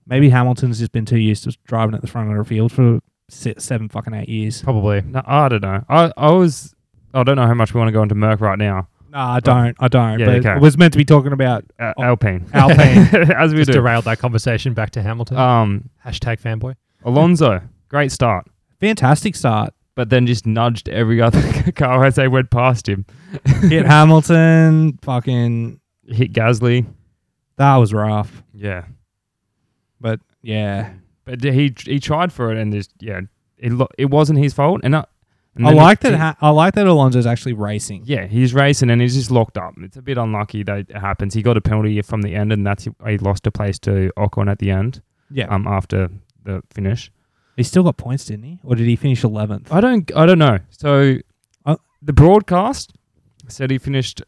[SPEAKER 1] Maybe Hamilton's just been too used to driving at the front of the field for si seven fucking eight years.
[SPEAKER 3] Probably.
[SPEAKER 2] No, I don't know. I, I was. I don't know how much we want to go into Merck right now.
[SPEAKER 1] No, I don't. I don't.
[SPEAKER 2] Yeah,
[SPEAKER 1] but
[SPEAKER 2] okay.
[SPEAKER 1] I was meant to be talking
[SPEAKER 2] [laughs]
[SPEAKER 1] about
[SPEAKER 2] Uh,
[SPEAKER 1] Oh.
[SPEAKER 2] Alpine.
[SPEAKER 1] Alpine.
[SPEAKER 2] [laughs] As we
[SPEAKER 3] Just
[SPEAKER 2] do.
[SPEAKER 3] derailed that conversation back to Hamilton.
[SPEAKER 1] Uh,
[SPEAKER 2] Um,
[SPEAKER 3] Hashtag fanboy.
[SPEAKER 2] Alonso, great start.
[SPEAKER 1] Fantastic start.
[SPEAKER 2] But then just nudged every other [laughs] car as they went past him.
[SPEAKER 1] Hit Hamilton. Fucking.
[SPEAKER 2] Hit Gasly.
[SPEAKER 1] That was rough.
[SPEAKER 2] Yeah.
[SPEAKER 1] But yeah.
[SPEAKER 2] But he he tried for it and just, yeah, it, lo- it wasn't his fault. And I, and
[SPEAKER 1] I
[SPEAKER 2] then
[SPEAKER 1] like
[SPEAKER 2] he-
[SPEAKER 1] that. Ha- I like that Alonso's actually racing.
[SPEAKER 2] Yeah, he's racing and he's just locked up. It's a bit unlucky that it happens. He got a penalty from the end, and that's he lost a place to Ocon at the end.
[SPEAKER 1] Yeah.
[SPEAKER 2] Um, after the finish,
[SPEAKER 1] he still got points, didn't he? Or did he finish eleventh?
[SPEAKER 2] I don't, I don't know. So,
[SPEAKER 1] Uh,
[SPEAKER 2] the broadcast said he finished,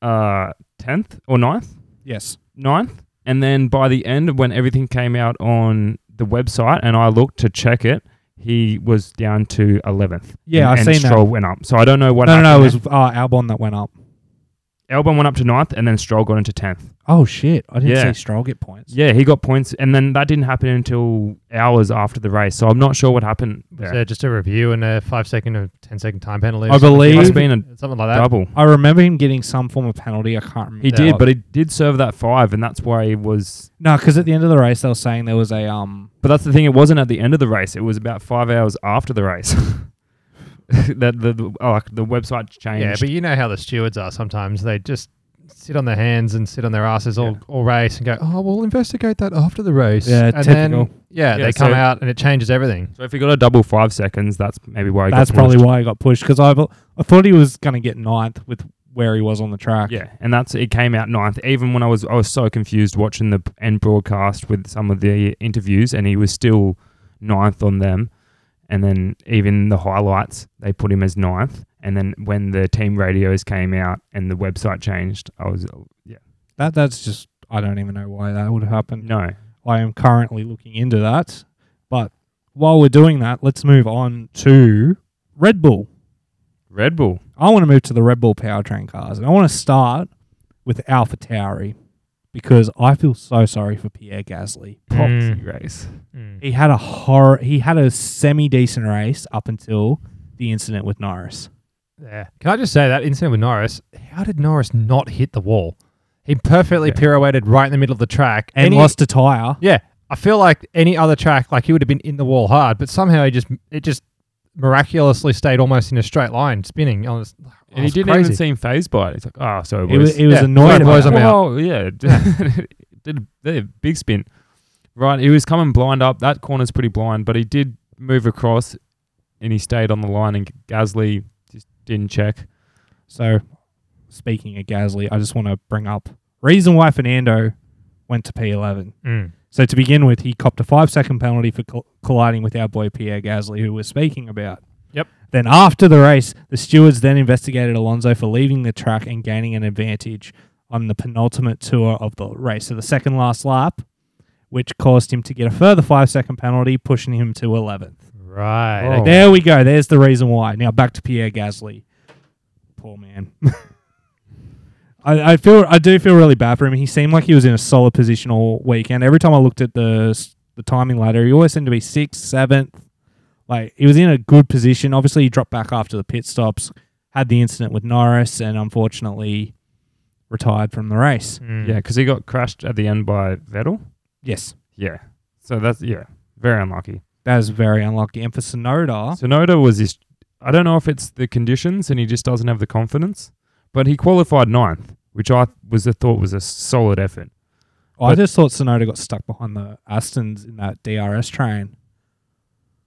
[SPEAKER 2] uh, tenth or 9th?
[SPEAKER 1] Yes.
[SPEAKER 2] 9th. and then by the end, when everything came out on the website, and I looked to check it, he was down to eleventh.
[SPEAKER 1] Yeah,
[SPEAKER 2] and,
[SPEAKER 1] I've
[SPEAKER 2] and
[SPEAKER 1] seen that.
[SPEAKER 2] Stroll went up. So I don't know what.
[SPEAKER 1] no, no, no.
[SPEAKER 2] happened
[SPEAKER 1] It was
[SPEAKER 2] there.
[SPEAKER 1] uh, Albon that went up.
[SPEAKER 2] Albon went up to 9th, and then Stroll got into tenth.
[SPEAKER 1] Oh shit! I didn't
[SPEAKER 2] Yeah.
[SPEAKER 1] see Stroll get points.
[SPEAKER 2] Yeah, he got points, and then that didn't happen until hours after the race. So I'm not sure what happened
[SPEAKER 3] Was
[SPEAKER 2] there.
[SPEAKER 3] there just a review and a five second or ten second time penalty? or
[SPEAKER 1] I
[SPEAKER 3] something?
[SPEAKER 1] believe-
[SPEAKER 2] Must have been a
[SPEAKER 3] something like that.
[SPEAKER 2] double.
[SPEAKER 1] I remember him getting some form of penalty. I can't remember.
[SPEAKER 2] He
[SPEAKER 3] Yeah.
[SPEAKER 2] did, but he did serve that five, and that's why he was.
[SPEAKER 1] no, because at the end of the race they were saying there was a um.
[SPEAKER 2] But that's the thing; it wasn't at the end of the race. It was about five hours after the race [laughs] that the the- oh, like the website changed.
[SPEAKER 3] Yeah, but you know how the stewards are sometimes. They just sit on their hands and sit on their asses all, all race and go, oh, we'll investigate that after the race.
[SPEAKER 1] Yeah,
[SPEAKER 3] and
[SPEAKER 1] typical.
[SPEAKER 3] Then, yeah,
[SPEAKER 2] Yeah,
[SPEAKER 3] they come
[SPEAKER 2] so-
[SPEAKER 3] out and it changes everything.
[SPEAKER 2] so if he got a double five seconds, that's maybe why. He
[SPEAKER 1] That's
[SPEAKER 2] got
[SPEAKER 1] probably
[SPEAKER 2] pushed.
[SPEAKER 1] why he got pushed because I bu- I thought he was going to get ninth with where he was on the track.
[SPEAKER 2] Yeah, and that's it came out ninth. Even when I was I was so confused watching the end broadcast with some of the interviews, and he was still ninth on them. And then even the highlights, they put him as ninth. And then when the team radios came out and the website changed, I was yeah
[SPEAKER 1] that that's just I don't even know why that would happen.
[SPEAKER 2] no
[SPEAKER 1] I am currently looking into that, but while we're doing that, let's move on to Red Bull.
[SPEAKER 2] Red Bull.
[SPEAKER 1] I want to move to the Red Bull powertrain cars, and I want to start with Alpha Tauri because I feel so sorry for Pierre Gasly.
[SPEAKER 2] Proxy race.
[SPEAKER 1] He had a horror. He had a semi decent race up until the incident with Norris.
[SPEAKER 3] Yeah. Can I just say that incident with Norris? How did Norris not hit the wall? He perfectly
[SPEAKER 2] Yeah.
[SPEAKER 3] pirouetted right in the middle of the track
[SPEAKER 1] and
[SPEAKER 3] Any-
[SPEAKER 1] lost a tire.
[SPEAKER 3] Yeah, I feel like any other track, like he would have been in the wall hard, but somehow he just it just miraculously stayed almost in a straight line, spinning. I was, I
[SPEAKER 2] And he
[SPEAKER 3] was
[SPEAKER 2] didn't
[SPEAKER 3] crazy.
[SPEAKER 2] even seem phazed by it. It's like, oh, so
[SPEAKER 1] Oh, He was, he was
[SPEAKER 3] Yeah,
[SPEAKER 1] annoyed.
[SPEAKER 3] sorry,
[SPEAKER 1] About
[SPEAKER 3] boys,
[SPEAKER 1] that.
[SPEAKER 3] I'm out.
[SPEAKER 2] Well, [laughs] yeah. did, a, did a big spin. Right, he was coming blind up. That corner's pretty blind, but he did move across and he stayed on the line and Gasly just didn't check.
[SPEAKER 1] So, speaking of Gasly, I just want to bring up reason why Fernando went to P11.
[SPEAKER 3] Mm.
[SPEAKER 1] So to begin with, he copped a five second penalty for col- colliding with our boy Pierre Gasly, who we're speaking about.
[SPEAKER 3] Yep.
[SPEAKER 1] Then after the race, the stewards then investigated Alonso for leaving the track and gaining an advantage on the penultimate tour of the race, so the second last lap, which caused him to get a further five second penalty, pushing him to 11th.
[SPEAKER 3] Right.
[SPEAKER 2] Oh.
[SPEAKER 3] okay.
[SPEAKER 1] There we go. There's the reason why. Now back to Pierre Gasly. Poor man. [laughs] I, I feel I do feel really bad for him. He seemed like he was in a solid position all weekend. Every time I looked at the s- the timing ladder, he always seemed to be sixth, seventh. Like he was in a good position. Obviously, he dropped back after the pit stops, had the incident with Norris, and unfortunately retired from the race.
[SPEAKER 3] Mm.
[SPEAKER 2] Yeah, because he got crashed at the end by Vettel.
[SPEAKER 1] Yes,
[SPEAKER 2] Yeah. So that's, yeah, very unlucky.
[SPEAKER 1] that is very unlucky. And for Sonoda,
[SPEAKER 2] Sonoda was his, I don't know if it's the conditions and he just doesn't have the confidence, but he qualified ninth, which I was thought was a solid effort.
[SPEAKER 1] I
[SPEAKER 2] but-
[SPEAKER 1] just thought Sonoda got stuck behind the Astons in that DRS train.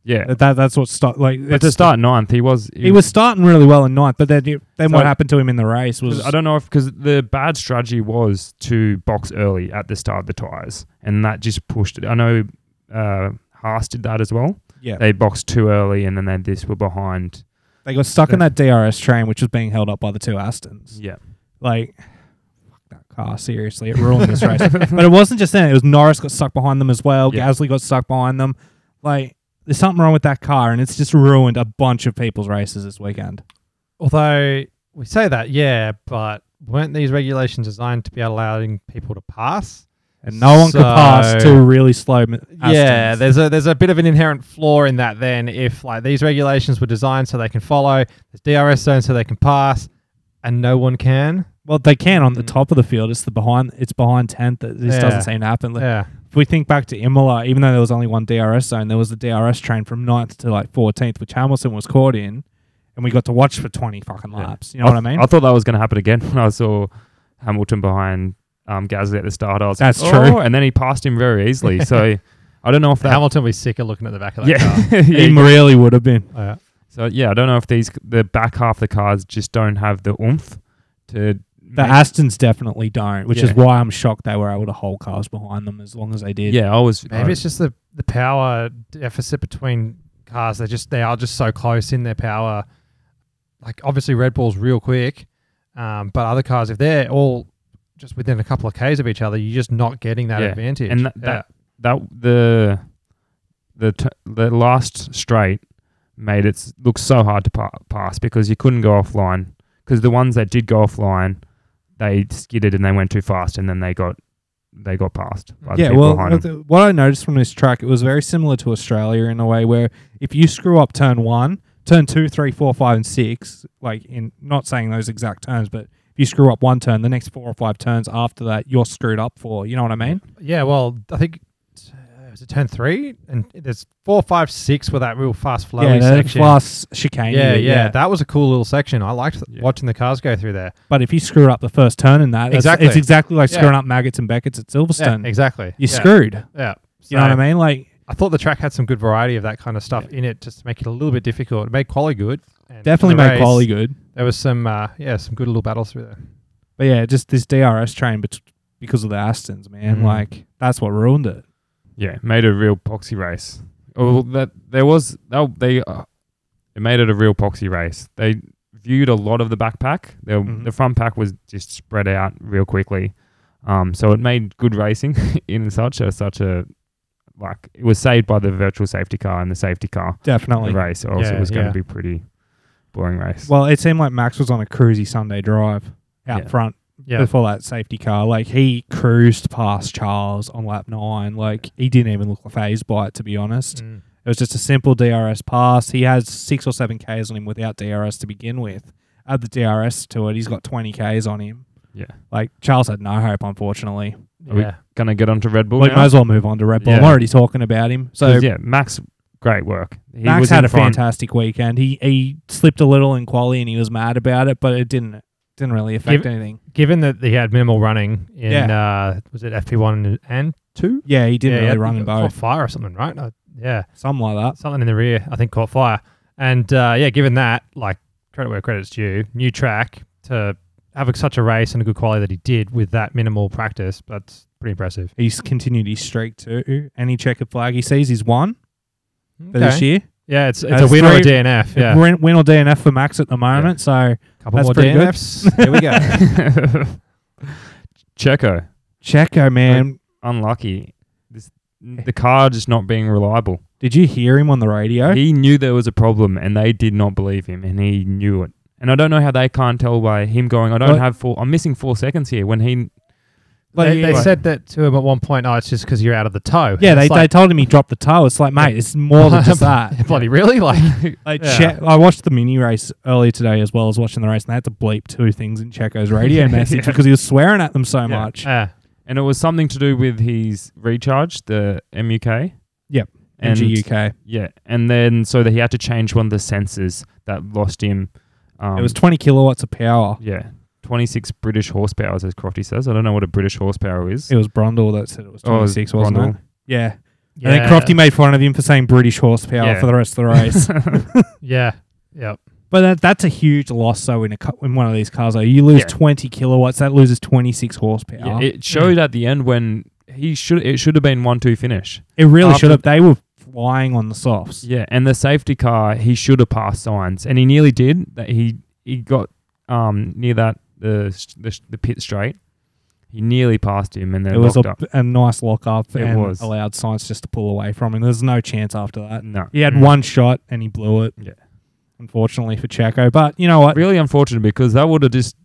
[SPEAKER 2] Yeah.
[SPEAKER 1] That, that that's what start like.
[SPEAKER 2] But
[SPEAKER 1] it's-
[SPEAKER 2] to start ninth, he was.
[SPEAKER 1] he was starting really well in ninth, but then then what
[SPEAKER 2] So-
[SPEAKER 1] happened to him in the race was
[SPEAKER 2] 'Cause I don't know if because the bad strategy was to box early at the start of the tires, and that just pushed it. I know uh, Haas did that as well.
[SPEAKER 1] yeah
[SPEAKER 2] They boxed too early, and then they this were behind.
[SPEAKER 1] they got stuck in that DRS train, which was being held up by the two Astons.
[SPEAKER 2] Yeah,
[SPEAKER 1] Like fuck that car seriously, it ruined this race. But it wasn't just them; it was Norris got stuck behind them as well.
[SPEAKER 2] Yeah.
[SPEAKER 1] Gasly got stuck behind them. Like there's something wrong with that car, and it's just ruined a bunch of people's races this weekend.
[SPEAKER 3] Although we say that, yeah, but weren't these regulations designed to be allowing people to pass?
[SPEAKER 1] And no one could pass
[SPEAKER 3] So-
[SPEAKER 1] two really slow. m-
[SPEAKER 3] Yeah,
[SPEAKER 1] Astons.
[SPEAKER 3] there's a there's a bit of an inherent flaw in that. Then, if like these regulations were designed so they can follow, there's DRS zones so they can pass, and no one can.
[SPEAKER 1] Well, they can on the
[SPEAKER 2] Mm.
[SPEAKER 1] top of the field. It's the behind. It's behind tenth that this
[SPEAKER 3] Yeah.
[SPEAKER 1] doesn't seem to happen. Like,
[SPEAKER 3] Yeah,
[SPEAKER 1] If we think back to Imola, even though there was only one DRS zone, there was the DRS train from 9th to like fourteenth, which Hamilton was caught in, and we got to watch for twenty fucking
[SPEAKER 2] Yeah.
[SPEAKER 1] laps. You know what I mean?
[SPEAKER 2] I thought that was going to happen again [laughs] when I saw Hamilton behind um, Gasly at the start. I was
[SPEAKER 1] That's
[SPEAKER 2] like,
[SPEAKER 1] true.
[SPEAKER 2] "Oh," and then he passed him
[SPEAKER 1] [laughs]
[SPEAKER 2] very easily. so I don't know if that. [laughs]
[SPEAKER 3] Hamilton will be sick of looking at the back of that [laughs] car.
[SPEAKER 1] [laughs]
[SPEAKER 2] yeah,
[SPEAKER 1] he
[SPEAKER 2] yeah.
[SPEAKER 1] really would have been.
[SPEAKER 3] Oh, yeah.
[SPEAKER 2] So yeah, I don't know if these the back half of the cars just don't have the oomph to.
[SPEAKER 1] The
[SPEAKER 2] make-
[SPEAKER 1] Astons definitely don't, which is
[SPEAKER 2] Yeah.
[SPEAKER 1] why I'm shocked they were able to hold cars behind them as long as they did.
[SPEAKER 2] yeah, I was.
[SPEAKER 3] Maybe it's just the, the power deficit between cars. They just they are just so close in their power. Like obviously Red Bull's real quick, um, but other cars if they're all just within a couple of k's of each other, you're just not getting that
[SPEAKER 2] Yeah,
[SPEAKER 3] advantage.
[SPEAKER 2] and that, that that the the t- the last straight made it look so hard to pa- pass because you couldn't go offline because the ones that did go offline they skidded and they went too fast and then they got they got passed by the
[SPEAKER 1] Yeah,
[SPEAKER 2] people
[SPEAKER 1] well,
[SPEAKER 2] behind them.
[SPEAKER 1] th- what I noticed from this track, it was very similar to Australia in a way where if you screw up turn one, turn two, three, four, five, and six, like in not saying those exact terms, but if you screw up one turn, the next four or five turns after that, you're screwed up for. You know what I mean?
[SPEAKER 3] yeah. yeah, well, I think uh, was it turn three and there's four, five, six with that real fast flowing
[SPEAKER 1] yeah, that
[SPEAKER 3] section.
[SPEAKER 1] class chicane.
[SPEAKER 3] yeah, yeah, that was a cool little section. I liked th-
[SPEAKER 2] Yeah.
[SPEAKER 3] watching the cars go through there.
[SPEAKER 1] But if you screw up the first turn in that, exactly.
[SPEAKER 3] Exactly.
[SPEAKER 1] it's exactly like
[SPEAKER 3] Yeah.
[SPEAKER 1] screwing up maggots and Beckett's at
[SPEAKER 3] Yeah,
[SPEAKER 1] Silverstone.
[SPEAKER 3] exactly.
[SPEAKER 1] You're
[SPEAKER 3] yeah,
[SPEAKER 1] screwed.
[SPEAKER 3] Yeah.
[SPEAKER 1] You know what
[SPEAKER 3] So-
[SPEAKER 1] I mean? Like,
[SPEAKER 3] I thought the track had some good variety of that kind of stuff in it, just to make it a little bit difficult. It made quali good. and
[SPEAKER 1] definitely
[SPEAKER 3] for the
[SPEAKER 1] made
[SPEAKER 3] race,
[SPEAKER 1] quality good.
[SPEAKER 3] There was some, uh, yeah, some good little battles through there.
[SPEAKER 1] But yeah, just this DRS train bet- because of the Astons, man.
[SPEAKER 2] Mhm.
[SPEAKER 3] Mm-hmm.
[SPEAKER 1] Like, that's what ruined it.
[SPEAKER 2] yeah made it a real poxy race oh well, that there was oh, they uh, it made it a real poxy race they viewed a lot of the backpack the,
[SPEAKER 1] Mhm.
[SPEAKER 2] the front pack was just spread out real quickly um, so it made good racing [laughs] in such a such a like it was saved by the virtual safety car and the safety car
[SPEAKER 1] Definitely.
[SPEAKER 2] the race or else
[SPEAKER 3] Yeah,
[SPEAKER 2] it was going to
[SPEAKER 3] yeah.
[SPEAKER 2] be pretty boring race
[SPEAKER 1] Well, it seemed like Max was on a cruisy Sunday drive out
[SPEAKER 2] Yeah.
[SPEAKER 1] front
[SPEAKER 3] Yeah,
[SPEAKER 1] before that safety car. Like he cruised past Charles on lap nine. Like he didn't even look phased by it, to be honest.
[SPEAKER 3] Mm.
[SPEAKER 1] It was just a simple DRS pass. He has six or seven Ks on him without DRS to begin with. Add the DRS to it, he's got twenty Ks on him.
[SPEAKER 2] yeah
[SPEAKER 1] Like Charles had no hope, unfortunately.
[SPEAKER 2] Are we-
[SPEAKER 3] yeah.
[SPEAKER 2] going to get onto red bull
[SPEAKER 1] Well, we
[SPEAKER 2] now?
[SPEAKER 1] might as well move on to Red Bull. I'm
[SPEAKER 2] Yeah.
[SPEAKER 1] already talking about him. So
[SPEAKER 2] 'Cause, yeah max great work he
[SPEAKER 1] Max
[SPEAKER 2] was
[SPEAKER 1] had
[SPEAKER 2] in
[SPEAKER 1] a
[SPEAKER 2] front.
[SPEAKER 1] fantastic weekend. He he slipped a little in quali and he was mad about it, but it didn't didn't really affect
[SPEAKER 3] Give-
[SPEAKER 1] anything.
[SPEAKER 3] Given that he had minimal running in,
[SPEAKER 1] Yeah.
[SPEAKER 3] uh, was it FP one and two?
[SPEAKER 1] Yeah, he
[SPEAKER 3] yeah,
[SPEAKER 1] didn't
[SPEAKER 3] he
[SPEAKER 1] really
[SPEAKER 3] had-
[SPEAKER 1] run in
[SPEAKER 3] caught
[SPEAKER 1] both.
[SPEAKER 3] fire or something, right? Uh, yeah,
[SPEAKER 1] Something like that.
[SPEAKER 3] something in the rear. I think caught fire. And uh, yeah, given that, like credit where credit's due, new track to have such a race and a good quality that he did with that minimal practice. That's pretty impressive.
[SPEAKER 1] He's continued his streak too. Any checkered flag he sees, he's won for this year.
[SPEAKER 3] Yeah, it's, it's
[SPEAKER 1] That's
[SPEAKER 3] a win or a
[SPEAKER 1] three-
[SPEAKER 3] DNF. Yeah,
[SPEAKER 1] Win, win or DNF for Max at the moment. So
[SPEAKER 3] couple
[SPEAKER 1] That's
[SPEAKER 3] more
[SPEAKER 1] pretty good. [laughs]
[SPEAKER 3] DNFs. Here we go.
[SPEAKER 2] [laughs] checo
[SPEAKER 1] Checo, man,
[SPEAKER 2] unlucky. This,
[SPEAKER 1] [laughs]
[SPEAKER 2] the car just not being reliable.
[SPEAKER 1] did you hear him on the radio?
[SPEAKER 2] He knew there was a problem, and they did not believe him, and he knew it. And I don't know how they can't tell by him going, "I don't
[SPEAKER 1] Well-
[SPEAKER 2] have four. I'm missing four seconds here." When he,
[SPEAKER 1] Like,
[SPEAKER 3] they they
[SPEAKER 1] like-
[SPEAKER 3] said that to him at one point. Oh, it's just because you're out of the toe.
[SPEAKER 1] yeah,
[SPEAKER 3] It's
[SPEAKER 1] they,
[SPEAKER 3] like,
[SPEAKER 1] they told him he dropped the toe. It's like, mate, it's more than just that.
[SPEAKER 3] [laughs] bloody
[SPEAKER 1] [laughs]
[SPEAKER 3] really like.
[SPEAKER 1] Like
[SPEAKER 3] Yeah.
[SPEAKER 1] Che- I watched the mini race earlier today as well as watching the race, and they had to bleep two things in Checo's
[SPEAKER 2] [laughs]
[SPEAKER 1] radio message because he was swearing at them so
[SPEAKER 2] Yeah.
[SPEAKER 1] much.
[SPEAKER 3] Yeah.
[SPEAKER 2] and it was something to do with his recharge, the MUK.
[SPEAKER 1] Yep,
[SPEAKER 2] and
[SPEAKER 1] MGUK.
[SPEAKER 2] yeah, and then so that he had to change one of the sensors that lost him. Um,
[SPEAKER 1] it was 20 kilowatts of power.
[SPEAKER 2] yeah, 26 British horsepower, as Crofty says. I don't know what a British horsepower is.
[SPEAKER 1] It was Brundle that said it was
[SPEAKER 2] Oh, it was
[SPEAKER 1] 26, wasn't
[SPEAKER 2] Brundle.
[SPEAKER 1] it? Yeah. And then Crofty made fun of him for saying British horsepower
[SPEAKER 2] Yeah.
[SPEAKER 1] for the rest of the
[SPEAKER 2] [laughs]
[SPEAKER 1] race.
[SPEAKER 3] Yeah. Yep.
[SPEAKER 1] but that, that's a huge loss, though, in, a, cu- in one of these cars. Though. You lose
[SPEAKER 2] Yeah.
[SPEAKER 1] 20 kilowatts, that loses 26 horsepower.
[SPEAKER 2] Yeah,
[SPEAKER 1] it,
[SPEAKER 2] it showed at the end when he should it should have been one two finish.
[SPEAKER 1] really
[SPEAKER 2] after-
[SPEAKER 1] should have. They were flying on the softs.
[SPEAKER 2] Yeah, and the safety car he should have passed signs, and he nearly did. That he he got um near that the s- the, s- the pit straight. He nearly passed him, and then
[SPEAKER 1] It was
[SPEAKER 2] locked
[SPEAKER 1] a,
[SPEAKER 2] up.
[SPEAKER 1] a nice lock up
[SPEAKER 2] It
[SPEAKER 1] and
[SPEAKER 2] was.
[SPEAKER 1] allowed Science just to pull away from him. There's no chance after that.
[SPEAKER 2] No,
[SPEAKER 1] He had
[SPEAKER 3] Mm.
[SPEAKER 1] one shot and he blew it.
[SPEAKER 2] Yeah.
[SPEAKER 1] Unfortunately for Chaco. But you know what?
[SPEAKER 2] really unfortunate because that would have just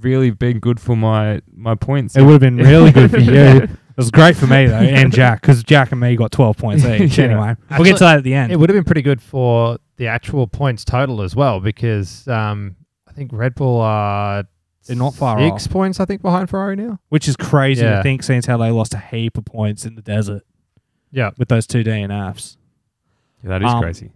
[SPEAKER 2] really been good for my my points.
[SPEAKER 1] It would have
[SPEAKER 2] [laughs]
[SPEAKER 1] been really good for you. It was great for me, though, and Jack, because Jack and me got 12 points each.
[SPEAKER 2] [laughs] Yeah.
[SPEAKER 1] Anyway, we'll get to that at the end.
[SPEAKER 3] It would have been pretty good for the actual points total as well because um, I think Red Bull are
[SPEAKER 1] They're not far
[SPEAKER 3] six points I think behind Ferrari now.
[SPEAKER 1] which is crazy to
[SPEAKER 3] Yeah.
[SPEAKER 1] think, since how they lost a heap of points in the desert
[SPEAKER 3] Yeah.
[SPEAKER 1] with those two DNFs.
[SPEAKER 2] that is
[SPEAKER 1] Um,
[SPEAKER 2] crazy.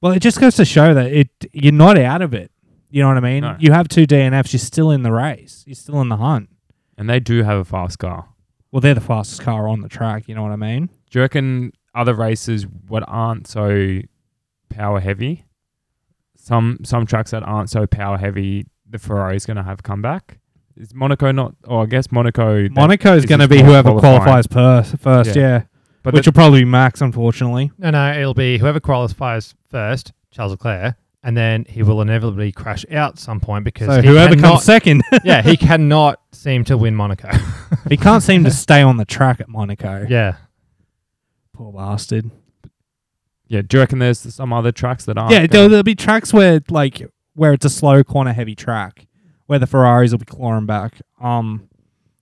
[SPEAKER 1] Well, it just goes to show that it you're not out of it. You know what I mean?
[SPEAKER 2] No.
[SPEAKER 1] You have two DNFs, you're still in the race, you're still in the hunt.
[SPEAKER 2] And they do have a fast car.
[SPEAKER 1] Well, they're the fastest car on the track. You know what I mean?
[SPEAKER 2] Do you reckon other races what aren't so power heavy? Some some tracks that aren't so power heavy, the Ferrari's going to have comeback. Is Monaco not? Oh, I guess Monaco.
[SPEAKER 1] Monaco is
[SPEAKER 2] is
[SPEAKER 1] going to
[SPEAKER 2] just
[SPEAKER 1] be
[SPEAKER 2] qual-
[SPEAKER 1] whoever
[SPEAKER 2] qualifying.
[SPEAKER 1] qualifies per, first,
[SPEAKER 2] Yeah.
[SPEAKER 1] yeah.
[SPEAKER 2] but
[SPEAKER 1] Which
[SPEAKER 2] the-
[SPEAKER 1] will probably be Max,
[SPEAKER 3] [laughs]
[SPEAKER 1] unfortunately.
[SPEAKER 3] No, no, it'll be whoever qualifies first, Charles Leclerc, and then he will inevitably crash out some point because
[SPEAKER 1] So
[SPEAKER 3] he
[SPEAKER 1] whoever
[SPEAKER 3] cannot,
[SPEAKER 1] comes [laughs] second,
[SPEAKER 3] yeah, he cannot seem to win Monaco.
[SPEAKER 1] he can't seem to stay on the track at Monaco.
[SPEAKER 3] yeah,
[SPEAKER 1] Poor bastard.
[SPEAKER 2] yeah, do you reckon there's some other tracks that aren't?
[SPEAKER 1] yeah,
[SPEAKER 2] gonna-
[SPEAKER 1] there'll, there'll be tracks where like where it's a slow corner heavy track where the Ferraris will be clawing back. Um,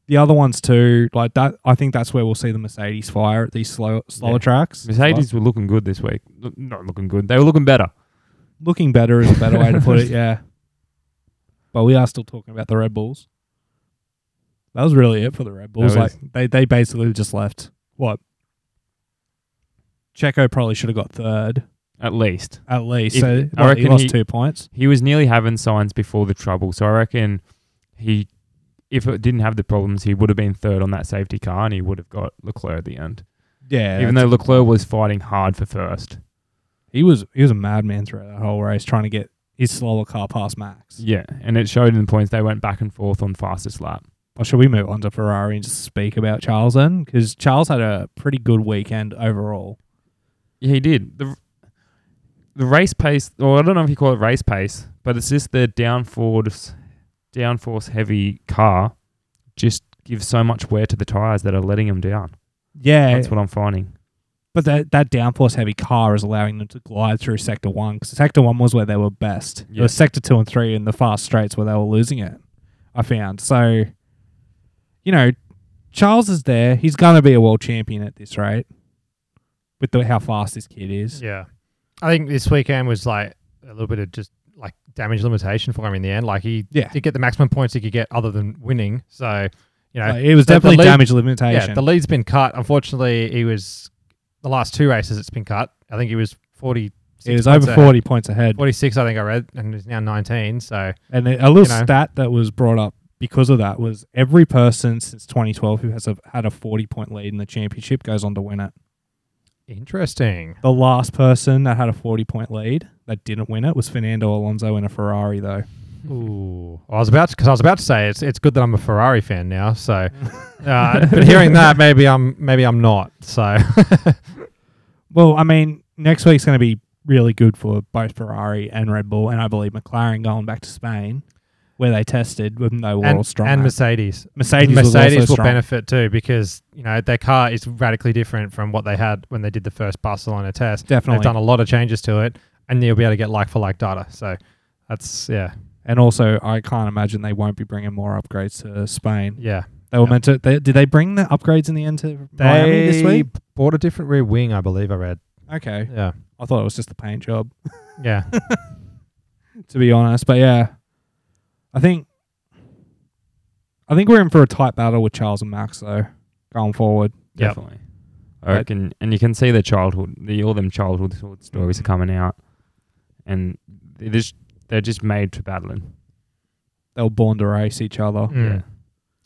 [SPEAKER 1] the other ones too, like that. I think that's where we'll see the Mercedes fire at these slow slower
[SPEAKER 2] Yeah.
[SPEAKER 1] tracks.
[SPEAKER 2] Mercedes were looking good this week. Look- Not looking good. They were looking better.
[SPEAKER 1] But looking better is a better way to put [laughs] it. Yeah, but we are still talking about the Red Bulls. That was really it for the Red Bulls.
[SPEAKER 2] was-
[SPEAKER 1] Like they they basically just left. What? Checo probably should have got third
[SPEAKER 2] At least
[SPEAKER 1] at least.
[SPEAKER 2] If-
[SPEAKER 1] so
[SPEAKER 2] I
[SPEAKER 1] what, he
[SPEAKER 2] reckon
[SPEAKER 1] lost
[SPEAKER 2] he-
[SPEAKER 1] two points.
[SPEAKER 2] he was nearly having signs before the trouble. So I reckon he, if it didn't have the problems, he would have been third on that safety car, and he would have got Leclerc at the end.
[SPEAKER 1] Yeah,
[SPEAKER 2] even though Leclerc was fighting hard for first.
[SPEAKER 1] He was he was a madman throughout that whole race trying to get his slower car past Max.
[SPEAKER 2] Yeah, and it showed in the points they went back and forth on fastest lap.
[SPEAKER 1] Or should we move on to Ferrari and just speak about Charles then? Because Charles had a pretty good weekend overall.
[SPEAKER 2] Yeah, he did. The the race pace, or I don't know if you call it race pace, but it's just the downforce downforce heavy car just gives so much wear to the tires that are letting him down.
[SPEAKER 1] Yeah,
[SPEAKER 2] That's what I'm finding.
[SPEAKER 1] but that that downforce heavy car is allowing them to glide through sector one because sector one was where they were best. It
[SPEAKER 2] Yeah.
[SPEAKER 1] was sector two and three in the fast straights where they were losing it. I found so. You know, Charles is there. He's gonna be a world champion at this rate. With the, how fast this kid is,
[SPEAKER 3] yeah. I think this weekend was like a little bit of just like damage limitation for him in the end. Like he
[SPEAKER 1] Yeah.
[SPEAKER 3] did get the maximum points he could get other than winning. So you know,
[SPEAKER 1] Like, it was
[SPEAKER 3] the- the
[SPEAKER 1] definitely
[SPEAKER 3] lead-
[SPEAKER 1] damage limitation.
[SPEAKER 3] Yeah, the lead's been cut. Unfortunately, he was the last two races it's been cut. I think he was 40
[SPEAKER 1] It was over 40 points ahead.
[SPEAKER 3] 46 I think I read and he's now 19, so
[SPEAKER 1] And a little
[SPEAKER 3] you know.
[SPEAKER 1] stat that was brought up because of that was every person since 2012 who has a, had a 40 point lead in the championship goes on to win it.
[SPEAKER 3] interesting.
[SPEAKER 1] The last person that had a 40 point lead that didn't win it was Fernando Alonso in a Ferrari, though.
[SPEAKER 3] Ooh. I was about cuz I was about to say it's it's good that I'm a Ferrari fan now, so uh, but hearing that maybe I'm maybe I'm not. So
[SPEAKER 1] Well, I mean, next week's going to be really good for both Ferrari and Red Bull, and I believe McLaren going back to Spain where they tested, even though we're all
[SPEAKER 3] and,
[SPEAKER 1] strong.
[SPEAKER 3] and
[SPEAKER 1] at.
[SPEAKER 3] Mercedes.
[SPEAKER 1] Mercedes, was
[SPEAKER 3] Mercedes
[SPEAKER 1] also
[SPEAKER 3] will
[SPEAKER 1] strong.
[SPEAKER 3] benefit too because you know their car is radically different from what they had when they did the first Barcelona test.
[SPEAKER 1] Definitely.
[SPEAKER 3] They've done a lot of changes to it, and you'll be able to get like for like data. So that's yeah,
[SPEAKER 1] And also, I can't imagine they won't be bringing more upgrades to Spain.
[SPEAKER 3] yeah.
[SPEAKER 1] They were
[SPEAKER 3] Yep.
[SPEAKER 1] meant to. They, did they bring the upgrades in the end to Miami this week?
[SPEAKER 3] bought a different rear wing, I believe. I read.
[SPEAKER 1] Okay,
[SPEAKER 3] Yeah,
[SPEAKER 1] I thought it was just the paint job, [laughs]
[SPEAKER 3] yeah.
[SPEAKER 1] to be honest. But yeah, I think, I think we're in for a tight battle with Charles and Max though, going forward.
[SPEAKER 3] Yep.
[SPEAKER 2] Definitely. I reckon, and you can see the childhood, the all them childhood sort of stories are coming out, and they just, they're just made for battling.
[SPEAKER 1] They were born to race each other. Oh,
[SPEAKER 3] Mm.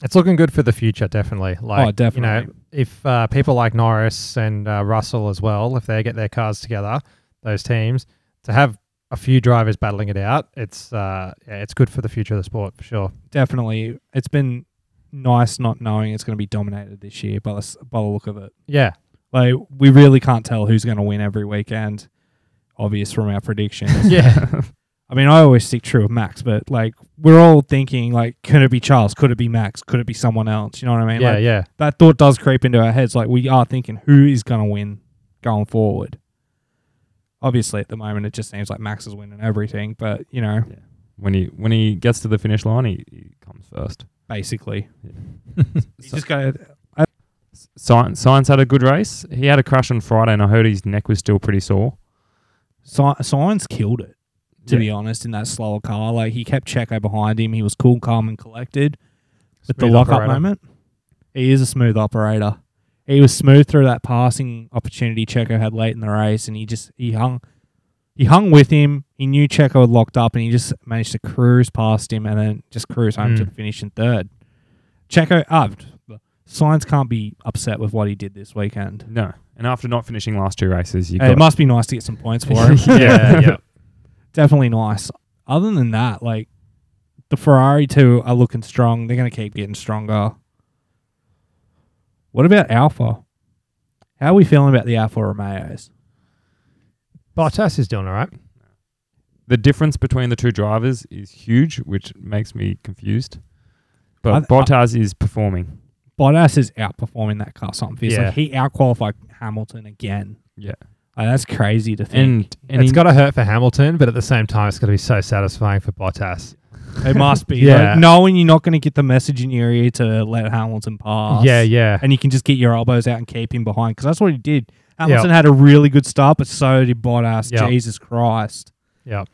[SPEAKER 3] It's looking good for the future, definitely. Like, You know,
[SPEAKER 1] definitely.
[SPEAKER 3] if uh, people like Norris and uh, Russell as well, if they get their cars together, those teams to have a few drivers battling it out, it's uh, yeah, it's good for the future of the sport for sure.
[SPEAKER 1] Definitely. It's been nice not knowing it's going to be dominated this year by the, s- by the look of it.
[SPEAKER 3] Yeah,
[SPEAKER 1] Like, we really can't tell who's going to win every weekend. Obvious from our predictions.
[SPEAKER 3] [laughs] yeah,
[SPEAKER 1] I mean, I always stick true with Max, but like, we're all thinking, like, could it be Charles? Could it be Max? Could it be someone else? You know what I mean?
[SPEAKER 3] yeah,
[SPEAKER 1] like,
[SPEAKER 3] yeah.
[SPEAKER 1] that thought does creep into our heads. Like we are thinking, who is going to win going forward? Obviously, at the moment, it just seems like Max is winning everything. But you know,
[SPEAKER 2] [laughs] When he when he gets to the finish line, he, he comes first.
[SPEAKER 1] basically,
[SPEAKER 2] Yeah.
[SPEAKER 1] you just go.
[SPEAKER 2] Science, science had a good race. He had a crash on Friday, and I heard his neck was still pretty sore.
[SPEAKER 1] Sci- Science killed it. To
[SPEAKER 2] Yeah.
[SPEAKER 1] be honest, in that slower car, like he kept Checo behind him. He was cool, calm, and collected. But the
[SPEAKER 3] Smooth
[SPEAKER 1] lockup
[SPEAKER 3] operator.
[SPEAKER 1] moment, he is a smooth operator. He was smooth through that passing opportunity Checo had late in the race, and he just he hung, he hung with him. He knew Checo had locked up, and he just managed to cruise past him, and then just cruise home to
[SPEAKER 3] Mm.
[SPEAKER 1] the finish in third. Checo, uh, Science can't be upset with what he did this weekend.
[SPEAKER 2] No, and after not finishing last two races, you
[SPEAKER 1] Uh, It
[SPEAKER 2] got
[SPEAKER 1] must be nice to get some points for him
[SPEAKER 3] [laughs] yeah, yeah.
[SPEAKER 1] definitely nice. Other than that, like the Ferrari two are looking strong. They're going to keep getting stronger. What about Alpha? How are we feeling about the Alpha Romeos?
[SPEAKER 3] Bottas is doing all right.
[SPEAKER 2] the difference between the two drivers is huge, which makes me confused. But
[SPEAKER 1] I th-
[SPEAKER 2] Bottas is performing.
[SPEAKER 1] Bottas is outperforming that car. Something fierce.
[SPEAKER 3] Yeah.
[SPEAKER 1] Like he outqualified Hamilton again.
[SPEAKER 2] Yeah.
[SPEAKER 1] Like, that's crazy to think.
[SPEAKER 2] And and
[SPEAKER 3] it's
[SPEAKER 2] he-
[SPEAKER 3] got to hurt for Hamilton, but at the same time, it's got to be so satisfying for Bottas.
[SPEAKER 1] it must
[SPEAKER 3] [laughs]
[SPEAKER 1] be.
[SPEAKER 3] Yeah.
[SPEAKER 1] Like, knowing you're not going to get the message in your ear to let Hamilton pass.
[SPEAKER 3] Yeah, yeah,
[SPEAKER 1] and you can just get your elbows out and keep him behind because that's what he did. Hamilton had a really good start, but so did Bottas.
[SPEAKER 3] Yeah.
[SPEAKER 1] Jesus Christ!
[SPEAKER 3] yeah.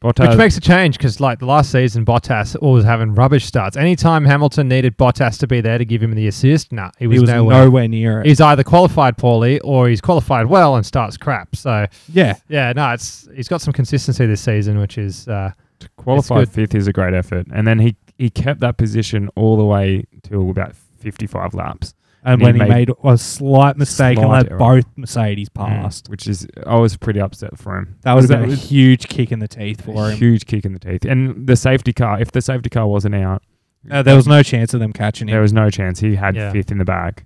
[SPEAKER 2] Bottas
[SPEAKER 3] Which makes a change because, like, the last season, Bottas always having rubbish starts. Anytime Hamilton needed Bottas to be there to give him the assist, nah, he was,
[SPEAKER 1] he was
[SPEAKER 3] nowhere.
[SPEAKER 1] nowhere, near it.
[SPEAKER 3] He's either qualified poorly or he's qualified well and starts crap. So,
[SPEAKER 1] yeah,
[SPEAKER 3] yeah, no, it's he's got some consistency this season, which is uh,
[SPEAKER 2] to qualify
[SPEAKER 3] good.
[SPEAKER 2] fifth is a great effort, and then he he kept that position all the way till about fifty five laps,
[SPEAKER 1] and
[SPEAKER 2] he
[SPEAKER 1] when he
[SPEAKER 2] made
[SPEAKER 1] made, a slight mistake
[SPEAKER 2] slight
[SPEAKER 1] and let
[SPEAKER 2] error.
[SPEAKER 1] both Mercedes pass,
[SPEAKER 2] Mm. which is I was pretty upset for him.
[SPEAKER 1] that would have
[SPEAKER 2] 'Cause
[SPEAKER 1] been a
[SPEAKER 2] was-
[SPEAKER 1] huge kick in the teeth for
[SPEAKER 2] a
[SPEAKER 1] him.
[SPEAKER 2] huge kick in the teeth. And the safety car, if the safety car wasn't out,
[SPEAKER 1] Uh, there was no chance of them catching
[SPEAKER 2] there
[SPEAKER 1] him.
[SPEAKER 2] was no chance. He had
[SPEAKER 3] Yeah.
[SPEAKER 2] fifth in the bag.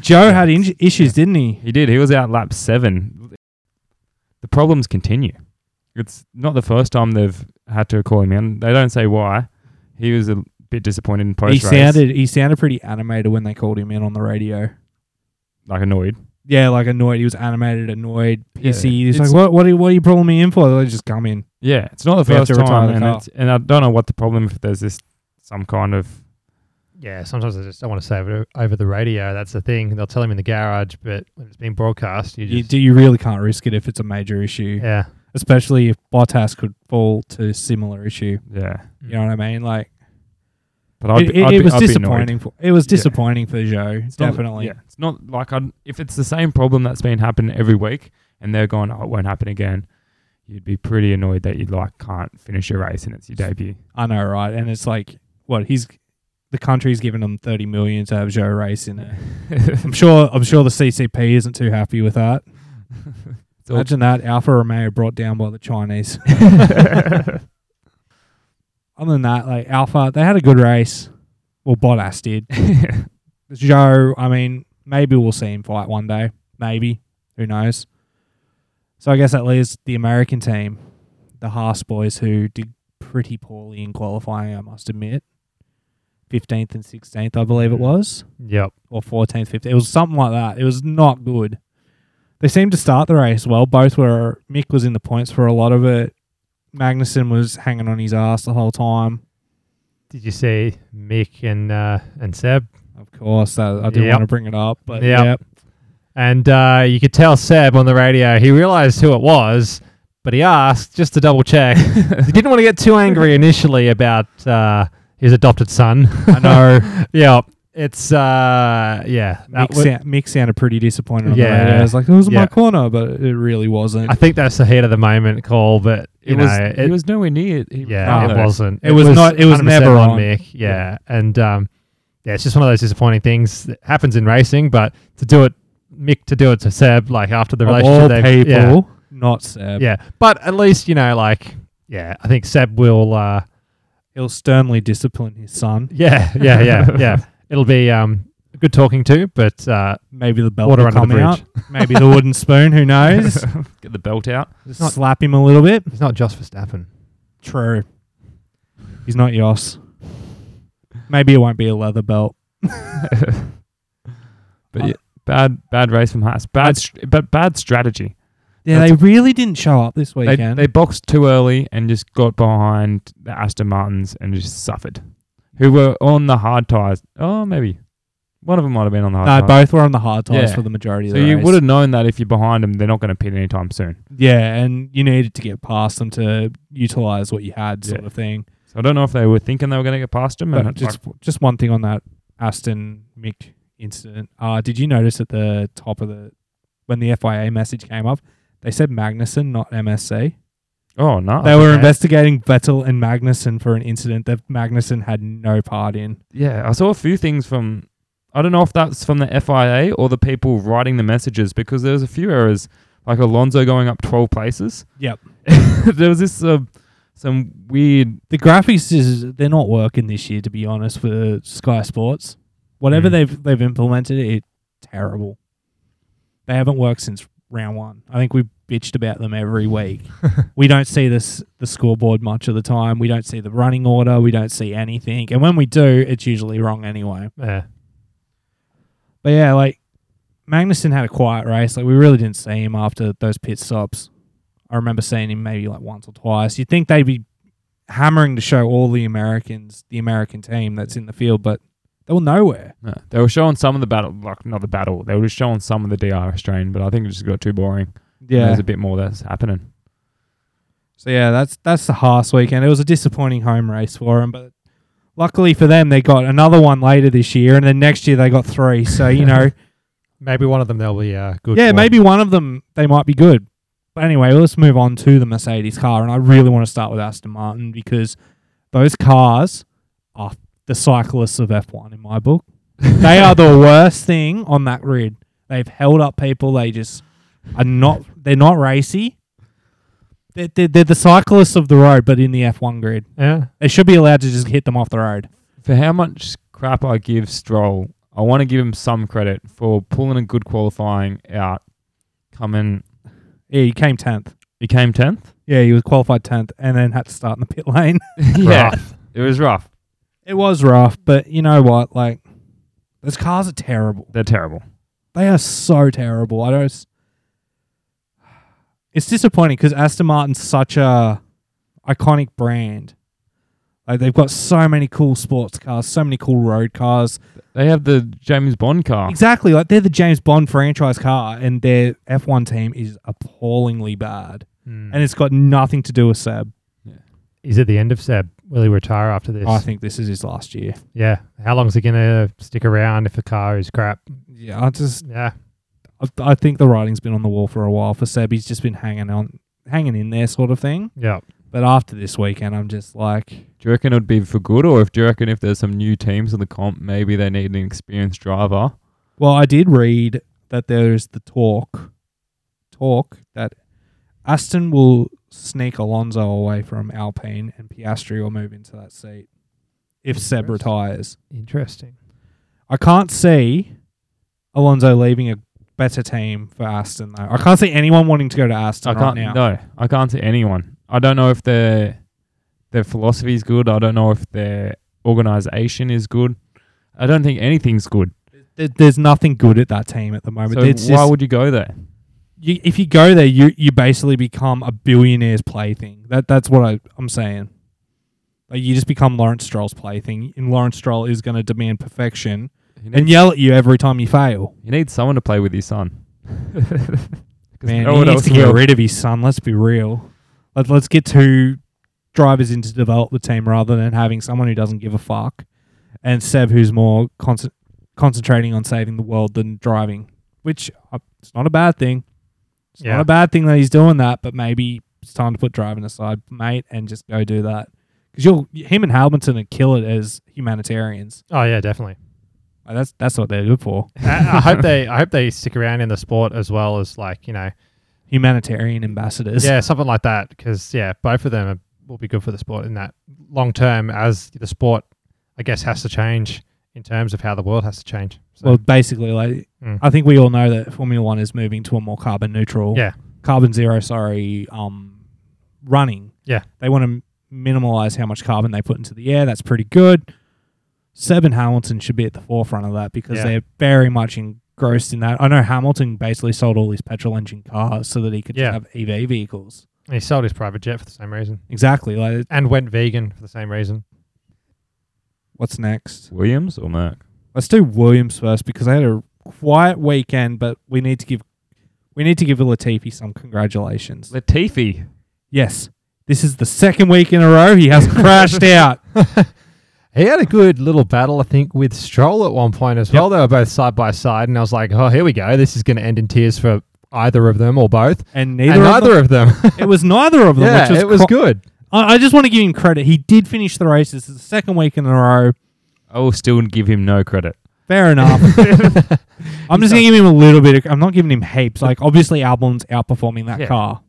[SPEAKER 1] Joe had inj- issues, didn't he?
[SPEAKER 2] He did. He was out lap seven. The problems continue. It's not the first time they've had to call him in. They don't say why. He was a bit disappointed in post
[SPEAKER 1] He
[SPEAKER 2] race.
[SPEAKER 1] sounded he sounded pretty animated when they called him in on the radio.
[SPEAKER 2] like annoyed.
[SPEAKER 1] Yeah, like annoyed. He was animated, annoyed, pissy.
[SPEAKER 2] Yeah.
[SPEAKER 1] He's
[SPEAKER 2] It's-
[SPEAKER 1] like, "What? What are, you- what are you pulling me in for?" They're like, just come in.
[SPEAKER 2] Yeah, it's not the
[SPEAKER 1] We have
[SPEAKER 2] first
[SPEAKER 1] to retire
[SPEAKER 2] time,
[SPEAKER 1] the
[SPEAKER 2] and,
[SPEAKER 1] car.
[SPEAKER 2] it's, and I don't know what the problem. If there's this some kind of
[SPEAKER 3] yeah. Sometimes I just don't want to say it over the radio. That's the thing. They'll tell him in the garage, but when it's being broadcast, you
[SPEAKER 1] You,
[SPEAKER 3] just
[SPEAKER 1] do, you really can't risk it if it's a major issue,
[SPEAKER 3] yeah.
[SPEAKER 1] especially if Bottas could fall to a similar issue.
[SPEAKER 2] yeah,
[SPEAKER 1] You know what I mean? Like
[SPEAKER 2] but Hmm. I'd,
[SPEAKER 1] it,
[SPEAKER 2] be-
[SPEAKER 1] it-
[SPEAKER 2] I'd
[SPEAKER 1] it
[SPEAKER 2] be-
[SPEAKER 1] was
[SPEAKER 2] I'd be annoyed.
[SPEAKER 1] disappointing. For, it was
[SPEAKER 2] Yeah.
[SPEAKER 1] disappointing for Joe,
[SPEAKER 2] It's not-
[SPEAKER 1] definitely.
[SPEAKER 2] yeah, it's not like I'd, if it's the same problem that's been happening every week, and they're going, "Oh, it won't happen again." You'd be pretty annoyed that you like can't finish your race and it's your debut.
[SPEAKER 1] I know, right? And it's like, what he's the country's given him thirty million to have Joe race
[SPEAKER 2] [laughs]
[SPEAKER 1] in it. [laughs] I'm sure. I'm sure the CCP isn't too happy with that.
[SPEAKER 2] all-
[SPEAKER 1] Imagine that Alfa Romeo brought down by the Chinese. Other than that, like Alpha, they had a good race. Well, Bottas did. Joe, I mean, maybe we'll see him fight one day. Maybe. Who knows? So I guess that leaves the American team, the Haas boys, who did pretty poorly in qualifying, I must admit. 15th and 16th, I believe it was,
[SPEAKER 3] Yep.
[SPEAKER 1] or 14th, 15th. It was something like that. It was not good. They seemed to start the race well. Both were, Mick was in the points for a lot of it. Magnussen was hanging on his ass the whole time.
[SPEAKER 3] Did you see Mick and uh, and Seb?
[SPEAKER 1] Of course, I, I didn't
[SPEAKER 3] Yep.
[SPEAKER 1] want to bring it up, but
[SPEAKER 3] Yep. [laughs]
[SPEAKER 1] yep.
[SPEAKER 3] And uh, you could tell Seb on the radio, he realized who it was, but he asked just to double check. [laughs] he didn't want to get too angry initially about uh, his adopted son.
[SPEAKER 1] I know.
[SPEAKER 3] [laughs] yeah, it's, uh, yeah. that
[SPEAKER 1] Mick,
[SPEAKER 3] wa-
[SPEAKER 1] sound, Mick sounded pretty disappointed on
[SPEAKER 3] Yeah.
[SPEAKER 1] the radio. I was like, it was
[SPEAKER 3] Yeah.
[SPEAKER 1] my corner, but it really wasn't.
[SPEAKER 3] I think that's the heat of the moment call, but
[SPEAKER 2] it
[SPEAKER 3] you
[SPEAKER 2] was
[SPEAKER 3] know,
[SPEAKER 2] it, was nowhere near it. He-
[SPEAKER 3] yeah,
[SPEAKER 1] no.
[SPEAKER 3] it wasn't.
[SPEAKER 1] It was not- it was
[SPEAKER 3] 100%
[SPEAKER 1] never
[SPEAKER 3] on
[SPEAKER 1] on.
[SPEAKER 3] Mick. Yeah, and um, yeah, it's just one of those disappointing things that happens in racing. But to do it, Mick, to do it to Seb, like after the
[SPEAKER 1] Of
[SPEAKER 3] relationship,
[SPEAKER 1] all
[SPEAKER 3] they've-
[SPEAKER 1] people,
[SPEAKER 3] yeah,
[SPEAKER 1] not Seb.
[SPEAKER 3] yeah. But at least you know, like, yeah, I think Seb will. Uh,
[SPEAKER 1] He'll sternly discipline his son.
[SPEAKER 3] yeah,
[SPEAKER 1] [laughs]
[SPEAKER 3] yeah, yeah, yeah. It'll be um, good talking to, but uh,
[SPEAKER 1] Maybe the belt
[SPEAKER 3] Water
[SPEAKER 1] will
[SPEAKER 3] under the
[SPEAKER 1] come
[SPEAKER 3] bridge.
[SPEAKER 1] out. Maybe the wooden spoon. Who
[SPEAKER 3] [laughs]
[SPEAKER 1] knows?
[SPEAKER 2] Get the belt out.
[SPEAKER 1] [laughs] Just
[SPEAKER 3] Not-
[SPEAKER 1] slap him a little bit.
[SPEAKER 3] it's not just Verstappen.
[SPEAKER 1] True. He's not Yoss. Maybe it won't be a leather belt.
[SPEAKER 2] [laughs] But yeah, bad, bad race from Haas. Bad, st- but bad strategy.
[SPEAKER 1] Yeah,
[SPEAKER 2] That's-
[SPEAKER 1] they really didn't show up this
[SPEAKER 2] They,
[SPEAKER 1] weekend.
[SPEAKER 2] they boxed too early and just got behind the Aston Martins and just suffered. Who were on the hard tires? Oh, maybe one of them might have been on the hard
[SPEAKER 1] no,
[SPEAKER 2] tires.
[SPEAKER 1] both were on the hard tires
[SPEAKER 2] Yeah.
[SPEAKER 1] for the majority
[SPEAKER 2] So
[SPEAKER 1] of the
[SPEAKER 2] you
[SPEAKER 1] race.
[SPEAKER 2] would have known that if you're behind them, they're not going to pit anytime soon.
[SPEAKER 1] Yeah, and you needed to get past them to utilize what you had, sort
[SPEAKER 2] Yeah.
[SPEAKER 1] of thing.
[SPEAKER 2] So I don't know if they were thinking they were going to get past them.
[SPEAKER 1] But
[SPEAKER 2] And
[SPEAKER 1] just
[SPEAKER 2] just,
[SPEAKER 1] just one thing on that Aston Mick incident. Uh, did you notice at the top of the when the FIA message came up, they said Magnussen, not MSC.
[SPEAKER 2] oh no,
[SPEAKER 1] they were
[SPEAKER 3] okay.
[SPEAKER 1] investigating Vettel and Magnussen for an incident that Magnussen had no part in.
[SPEAKER 2] yeah, I saw a few things from. I don't know if that's from the FIA or the people writing the messages because there was a few errors, like Alonso going up twelve places.
[SPEAKER 1] Yep.
[SPEAKER 2] [laughs] there was this uh, some weird.
[SPEAKER 1] The graphics is they're not working this year, to be honest, for Sky Sports. Whatever
[SPEAKER 2] Mm.
[SPEAKER 1] they've they've implemented, it terrible. They haven't worked since round one. I think we've bitched about them every week. we don't see this the scoreboard much of the time. We don't see the running order. We don't see anything. And when we do, it's usually wrong anyway.
[SPEAKER 3] Yeah.
[SPEAKER 1] But yeah, like Magnussen had a quiet race. Like we really didn't see him after those pit stops. I remember seeing him maybe like once or twice. You'd think they'd be hammering to show all the Americans, the American team that's in the field, but they were nowhere.
[SPEAKER 2] No, they were showing some of the battle, like not the battle. They were just showing some of the DR strain, but I think it just got too boring. there's a bit more that's happening.
[SPEAKER 1] So yeah, that's that's the Haas weekend. It was a disappointing home race for them, but luckily for them, they got another one later this year, and then next year they got three. So you know,
[SPEAKER 3] Maybe one of them they'll be uh, good.
[SPEAKER 1] yeah,
[SPEAKER 3] for.
[SPEAKER 1] maybe one of them they might be good. But anyway, let's move on to the Mercedes car, and I really want to start with Aston Martin because those cars are the cyclists of F1 in my book. They are the worst thing on that grid. They've held up people. They just are not. They're not racy. They're, they're, they're the cyclists of the road, but in the F1 grid.
[SPEAKER 3] Yeah.
[SPEAKER 1] They should be allowed to just hit them off the road.
[SPEAKER 2] for how much crap I give Stroll, I want to give him some credit for pulling a good qualifying out. Coming,
[SPEAKER 1] Yeah, he came 10th.
[SPEAKER 2] he came
[SPEAKER 3] [laughs]
[SPEAKER 2] tenth.
[SPEAKER 1] Yeah, he was qualified 10th and then had to start in the pit lane.
[SPEAKER 2] it was rough.
[SPEAKER 1] It was rough, but you know what? Like, those cars are terrible.
[SPEAKER 2] They're terrible.
[SPEAKER 1] They are so terrible. I don't. s- [sighs] It's disappointing because Aston Martin's such a iconic brand. Like they've got so many cool sports cars, so many cool road cars.
[SPEAKER 2] They have the James Bond car.
[SPEAKER 1] Exactly, like they're the James Bond franchise car, and their F1 team is appallingly bad,
[SPEAKER 3] Mm.
[SPEAKER 1] and it's got nothing to do with Seb.
[SPEAKER 3] He's at the end of Seb. Will he retire after this?
[SPEAKER 1] I think this is his last year.
[SPEAKER 3] yeah. How long's he gonna stick around if the car is crap?
[SPEAKER 1] Yeah, I just
[SPEAKER 3] Yeah.
[SPEAKER 1] I, I think the writing's been on the wall for a while for Seb. He's just been hanging on, hanging in there, sort of thing.
[SPEAKER 3] Yeah.
[SPEAKER 1] But after this weekend, I'm just like,
[SPEAKER 2] Do you reckon it would be for good, or if do you reckon if there's some new teams in the comp, maybe they need an experienced driver?
[SPEAKER 1] well, I did read that there is the talk, talk that Aston will sneak Alonso away from Alpine and Piastri will move into that seat if Seb
[SPEAKER 3] Interesting.
[SPEAKER 1] retires.
[SPEAKER 3] Interesting.
[SPEAKER 1] I can't see Alonso leaving a better team for Aston though. I can't see anyone wanting to go to Aston
[SPEAKER 2] I can't.
[SPEAKER 1] right now.
[SPEAKER 2] No, I can't see anyone. I don't know if their their philosophy is good. I don't know if their organization is good. I don't think anything's good.
[SPEAKER 1] There- There's nothing good at that team at the moment.
[SPEAKER 2] So
[SPEAKER 1] it's
[SPEAKER 2] why
[SPEAKER 1] just,
[SPEAKER 2] would you go there?
[SPEAKER 1] you, if you go there, you you basically become a billionaire's plaything. That that's what I, I'm saying. Like you just become Lawrence Stroll's plaything, and Lawrence Stroll is going to demand perfection
[SPEAKER 2] You need
[SPEAKER 1] and yell at you every time you fail.
[SPEAKER 2] You need someone to play with your son. [laughs] 'Cause
[SPEAKER 1] Man,
[SPEAKER 2] no
[SPEAKER 1] he
[SPEAKER 2] one
[SPEAKER 1] needs
[SPEAKER 2] else
[SPEAKER 1] to get
[SPEAKER 2] will.
[SPEAKER 1] rid of his son. Let's be real. Let, let's get two drivers in to develop the team rather than having someone who doesn't give a fuck and Seb who's more concent concentrating on saving the world than driving, which uh, it's not a bad thing. It's
[SPEAKER 3] Yeah.
[SPEAKER 1] not a bad thing that he's doing that, but maybe it's time to put driving aside, mate, and just go do that. Because you'll him and Halberton would kill it as humanitarians.
[SPEAKER 3] Oh yeah, definitely. [laughs]
[SPEAKER 1] Well, that's that's what they're good for.
[SPEAKER 3] I, I hope they I hope they stick around in the sport as well as like you know
[SPEAKER 1] Humanitarian ambassadors.
[SPEAKER 3] yeah something like that because yeah both of them are, will be good for the sport in that long term as the sport I guess has to change in terms of how the world has to change. So,
[SPEAKER 1] Well, basically, like
[SPEAKER 3] Mm.
[SPEAKER 1] I think we all know that Formula One is moving to a more carbon neutral,
[SPEAKER 3] Yeah.
[SPEAKER 1] carbon zero. Sorry, um, running.
[SPEAKER 3] Yeah.
[SPEAKER 1] they want to minimize how much carbon they put into the air. That's pretty good. Seb and Hamilton should be at the forefront of that because
[SPEAKER 3] Yeah.
[SPEAKER 1] they're very much engrossed in that. I know Hamilton basically sold all his petrol engine cars so that he could just
[SPEAKER 3] Yeah.
[SPEAKER 1] have EV vehicles.
[SPEAKER 3] and he sold his private jet for the same reason
[SPEAKER 1] Exactly. Like,
[SPEAKER 3] and went vegan for the same reason.
[SPEAKER 1] what's next?
[SPEAKER 2] Williams or Merck?
[SPEAKER 1] Let's do Williams first because I had a quiet weekend, but we need to give we need to give Latifi some congratulations.
[SPEAKER 2] Latifi.
[SPEAKER 1] Yes, this is the second week in a row he has
[SPEAKER 3] [laughs]
[SPEAKER 1] crashed out.
[SPEAKER 3] He had a good little battle, I think, with Stroll at one point as well. They were both side by side, and I was like, "Oh, here we go. This is going to end in tears for either of them or both."
[SPEAKER 1] And neither,
[SPEAKER 3] and
[SPEAKER 1] of
[SPEAKER 3] neither of them.
[SPEAKER 1] them, it was neither of them.
[SPEAKER 3] [laughs] yeah,
[SPEAKER 1] which was
[SPEAKER 3] it was
[SPEAKER 1] cro-
[SPEAKER 3] good.
[SPEAKER 1] I, I just want to give him credit. He did finish the race. This is the second week in a row.
[SPEAKER 2] I will still give him no credit.
[SPEAKER 1] Fair
[SPEAKER 3] [laughs]
[SPEAKER 1] enough. I'm just gonna give him a little bit. Of, I'm not giving him heaps. Like obviously, Albon's outperforming that
[SPEAKER 2] Yeah.
[SPEAKER 1] car.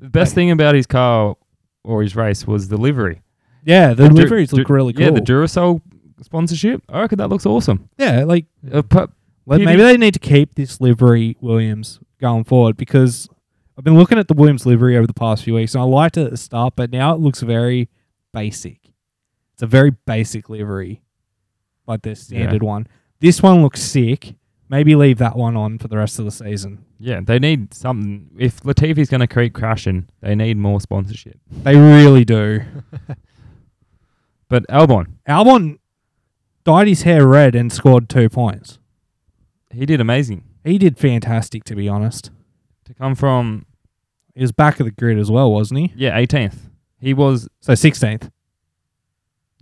[SPEAKER 2] The best thing about his car or his race was the livery.
[SPEAKER 1] Yeah, the,
[SPEAKER 2] The du-
[SPEAKER 1] liveries
[SPEAKER 2] du-
[SPEAKER 1] look really cool.
[SPEAKER 2] Yeah, the Duracell sponsorship. I reckon that looks awesome.
[SPEAKER 1] Yeah, like
[SPEAKER 2] Uh, pu-
[SPEAKER 1] Well,
[SPEAKER 2] He
[SPEAKER 1] maybe
[SPEAKER 2] did-
[SPEAKER 1] they need to keep this livery Williams going forward because I've been looking at the Williams livery over the past few weeks and I liked it at the start, but now it looks very basic. It's a very basic livery, like the standard one. This one looks sick. Maybe leave that one on for the rest of the season.
[SPEAKER 2] yeah, they need something. If Latifi's going to keep crashing, they need more sponsorship.
[SPEAKER 1] They really
[SPEAKER 2] [laughs]
[SPEAKER 1] do.
[SPEAKER 2] But Albon,
[SPEAKER 1] Albon dyed his hair red and scored two points.
[SPEAKER 2] he did amazing.
[SPEAKER 1] He did fantastic, to be honest.
[SPEAKER 2] To come from,
[SPEAKER 1] He was back of the grid as well, wasn't he?
[SPEAKER 2] yeah, 18th. He was,
[SPEAKER 1] So 16th